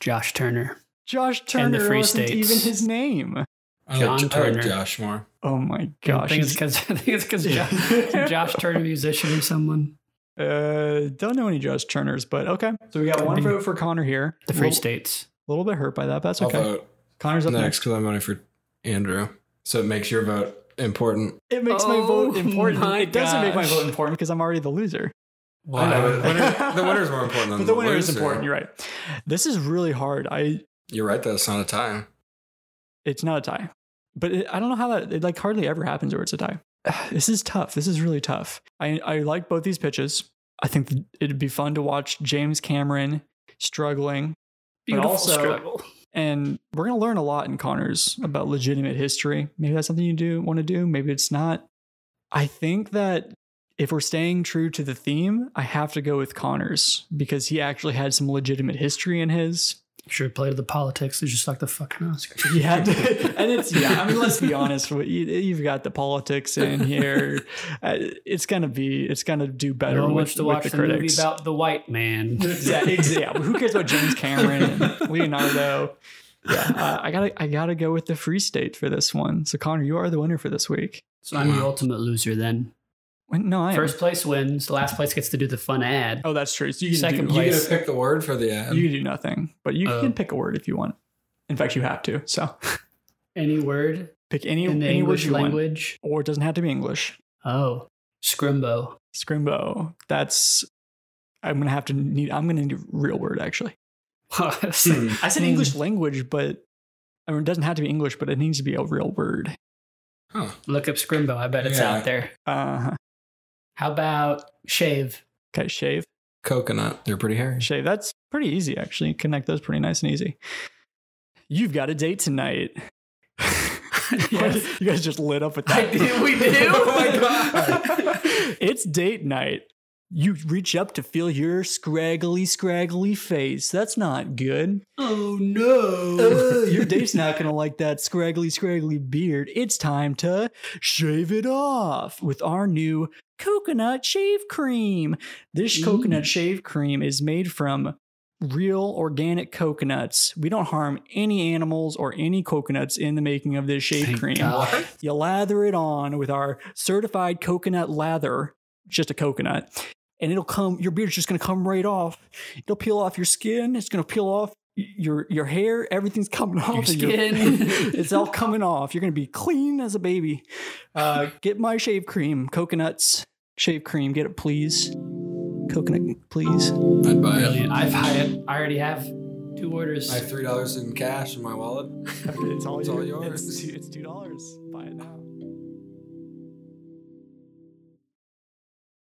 [SPEAKER 2] Josh Turner.
[SPEAKER 1] Josh Turner
[SPEAKER 2] And the Free
[SPEAKER 1] wasn't
[SPEAKER 2] States.
[SPEAKER 1] even his name.
[SPEAKER 3] I
[SPEAKER 2] John
[SPEAKER 3] like, I
[SPEAKER 2] Turner.
[SPEAKER 3] like Josh more.
[SPEAKER 1] Oh my
[SPEAKER 2] I
[SPEAKER 1] gosh.
[SPEAKER 2] think
[SPEAKER 1] he's-
[SPEAKER 2] it's because I think it's because
[SPEAKER 1] Yeah.
[SPEAKER 2] Josh, Turner, musician or someone.
[SPEAKER 1] Uh, don't know any Josh Turners, but okay. So we got one vote for Connor here.
[SPEAKER 2] The Free
[SPEAKER 1] Little-
[SPEAKER 2] States.
[SPEAKER 1] little bit hurt by that, but that's
[SPEAKER 3] I'll
[SPEAKER 1] okay.
[SPEAKER 3] vote
[SPEAKER 1] Connor's up
[SPEAKER 3] next
[SPEAKER 1] next.
[SPEAKER 3] because I'm voting for Andrew. So it makes your vote important.
[SPEAKER 1] It makes my
[SPEAKER 2] Oh
[SPEAKER 1] vote important.
[SPEAKER 2] my
[SPEAKER 1] it doesn't make my
[SPEAKER 2] gosh.
[SPEAKER 1] vote important because I'm already the loser.
[SPEAKER 3] I know, but
[SPEAKER 1] Wow.
[SPEAKER 3] winner- the winner's more important than
[SPEAKER 1] But the winner is
[SPEAKER 3] loser.
[SPEAKER 1] important. You're right. This is really hard. I
[SPEAKER 3] You're right, though. It's not a tie.
[SPEAKER 1] it's not a tie. But it, I don't know how that it like hardly ever happens where it's a tie. This is tough. This is really tough. I I like both these pitches. I think th- it'd be fun to watch James Cameron struggling,
[SPEAKER 2] Beautiful
[SPEAKER 1] also-
[SPEAKER 2] struggle.
[SPEAKER 1] and we're gonna learn a lot in Connors about legitimate history. Maybe that's something you do want to do. Maybe it's not. I think that if we're staying true to the theme, I have to go with Connors because he actually had some legitimate history in his.
[SPEAKER 2] Sure, play to the politics. It's just like the fucking Oscars.
[SPEAKER 1] Yeah, and it's yeah. I mean, let's be honest. You, you've got the politics in here. Uh, it's gonna be. It's gonna do
[SPEAKER 2] I
[SPEAKER 1] better
[SPEAKER 2] don't
[SPEAKER 1] with,
[SPEAKER 2] want you to
[SPEAKER 1] with
[SPEAKER 2] watch
[SPEAKER 1] the
[SPEAKER 2] the,
[SPEAKER 1] critics.
[SPEAKER 2] movie about the white man.
[SPEAKER 1] yeah, ex- yeah. Who cares about James Cameron and Leonardo? Yeah, uh, I gotta. I gotta go with the Free State for this one. So Connor, you are the winner for this week.
[SPEAKER 2] So I'm the ultimate loser then.
[SPEAKER 1] Wait, no, I am.
[SPEAKER 2] First place wins. Last place gets to do the fun ad.
[SPEAKER 1] Oh, that's true. So you can
[SPEAKER 2] Second
[SPEAKER 1] do,
[SPEAKER 3] You get
[SPEAKER 2] place.
[SPEAKER 3] to pick the word for the ad.
[SPEAKER 1] You can do nothing, but you
[SPEAKER 2] Oh.
[SPEAKER 1] can pick a word if you want. In fact, you have to. So
[SPEAKER 2] Any word
[SPEAKER 1] pick any
[SPEAKER 2] in the
[SPEAKER 1] any word
[SPEAKER 2] English
[SPEAKER 1] you want,
[SPEAKER 2] language?
[SPEAKER 1] or it doesn't have to be English.
[SPEAKER 2] Oh, scrimbo.
[SPEAKER 1] Scrimbo. That's I'm gonna have to need. I'm gonna need a real word actually.
[SPEAKER 2] I
[SPEAKER 1] Hmm.
[SPEAKER 3] Hmm.
[SPEAKER 1] I
[SPEAKER 2] Hmm.
[SPEAKER 1] said English language, but I mean, it doesn't have to be English, but it needs to be a real word.
[SPEAKER 3] Huh.
[SPEAKER 2] Look up scrimbo. I bet it's
[SPEAKER 3] Yeah.
[SPEAKER 2] out there.
[SPEAKER 1] Uh,
[SPEAKER 2] How about shave?
[SPEAKER 1] okay, shave,
[SPEAKER 3] Coconut. They're pretty hairy.
[SPEAKER 1] shave. That's pretty easy actually. Connect those pretty nice and easy. You've got a date tonight. you guys just lit up with that.
[SPEAKER 2] we
[SPEAKER 1] Oh it's date night. You reach up to feel your scraggly, scraggly face. That's not good.
[SPEAKER 2] oh no.
[SPEAKER 1] Ugh, your date's not gonna like that scraggly, scraggly beard. It's time to shave it off with our new coconut shave cream. This
[SPEAKER 2] Ooh.
[SPEAKER 1] coconut shave cream is made from real organic coconuts. We don't harm any animals or any coconuts in the making of this shave
[SPEAKER 2] Thank
[SPEAKER 1] cream.
[SPEAKER 2] God.
[SPEAKER 1] You lather it on with our certified coconut lather, just a coconut, and it'll come. Your beard's just gonna come right off. It'll peel off your skin. It's gonna peel off y- your your hair. Everything's coming off
[SPEAKER 2] Your
[SPEAKER 1] of
[SPEAKER 2] skin.
[SPEAKER 1] it's all coming off. You're gonna be clean as a baby. Uh, get my shave cream, coconuts shave cream. Get it, please. Coconut, please.
[SPEAKER 3] I'd buy it.
[SPEAKER 2] Brilliant. I've I, I already have two orders.
[SPEAKER 3] I have three dollars in cash in my wallet.
[SPEAKER 1] It's all,
[SPEAKER 3] It's all
[SPEAKER 1] yours.
[SPEAKER 3] yours.
[SPEAKER 1] It's two, it's two dollars. Buy it now.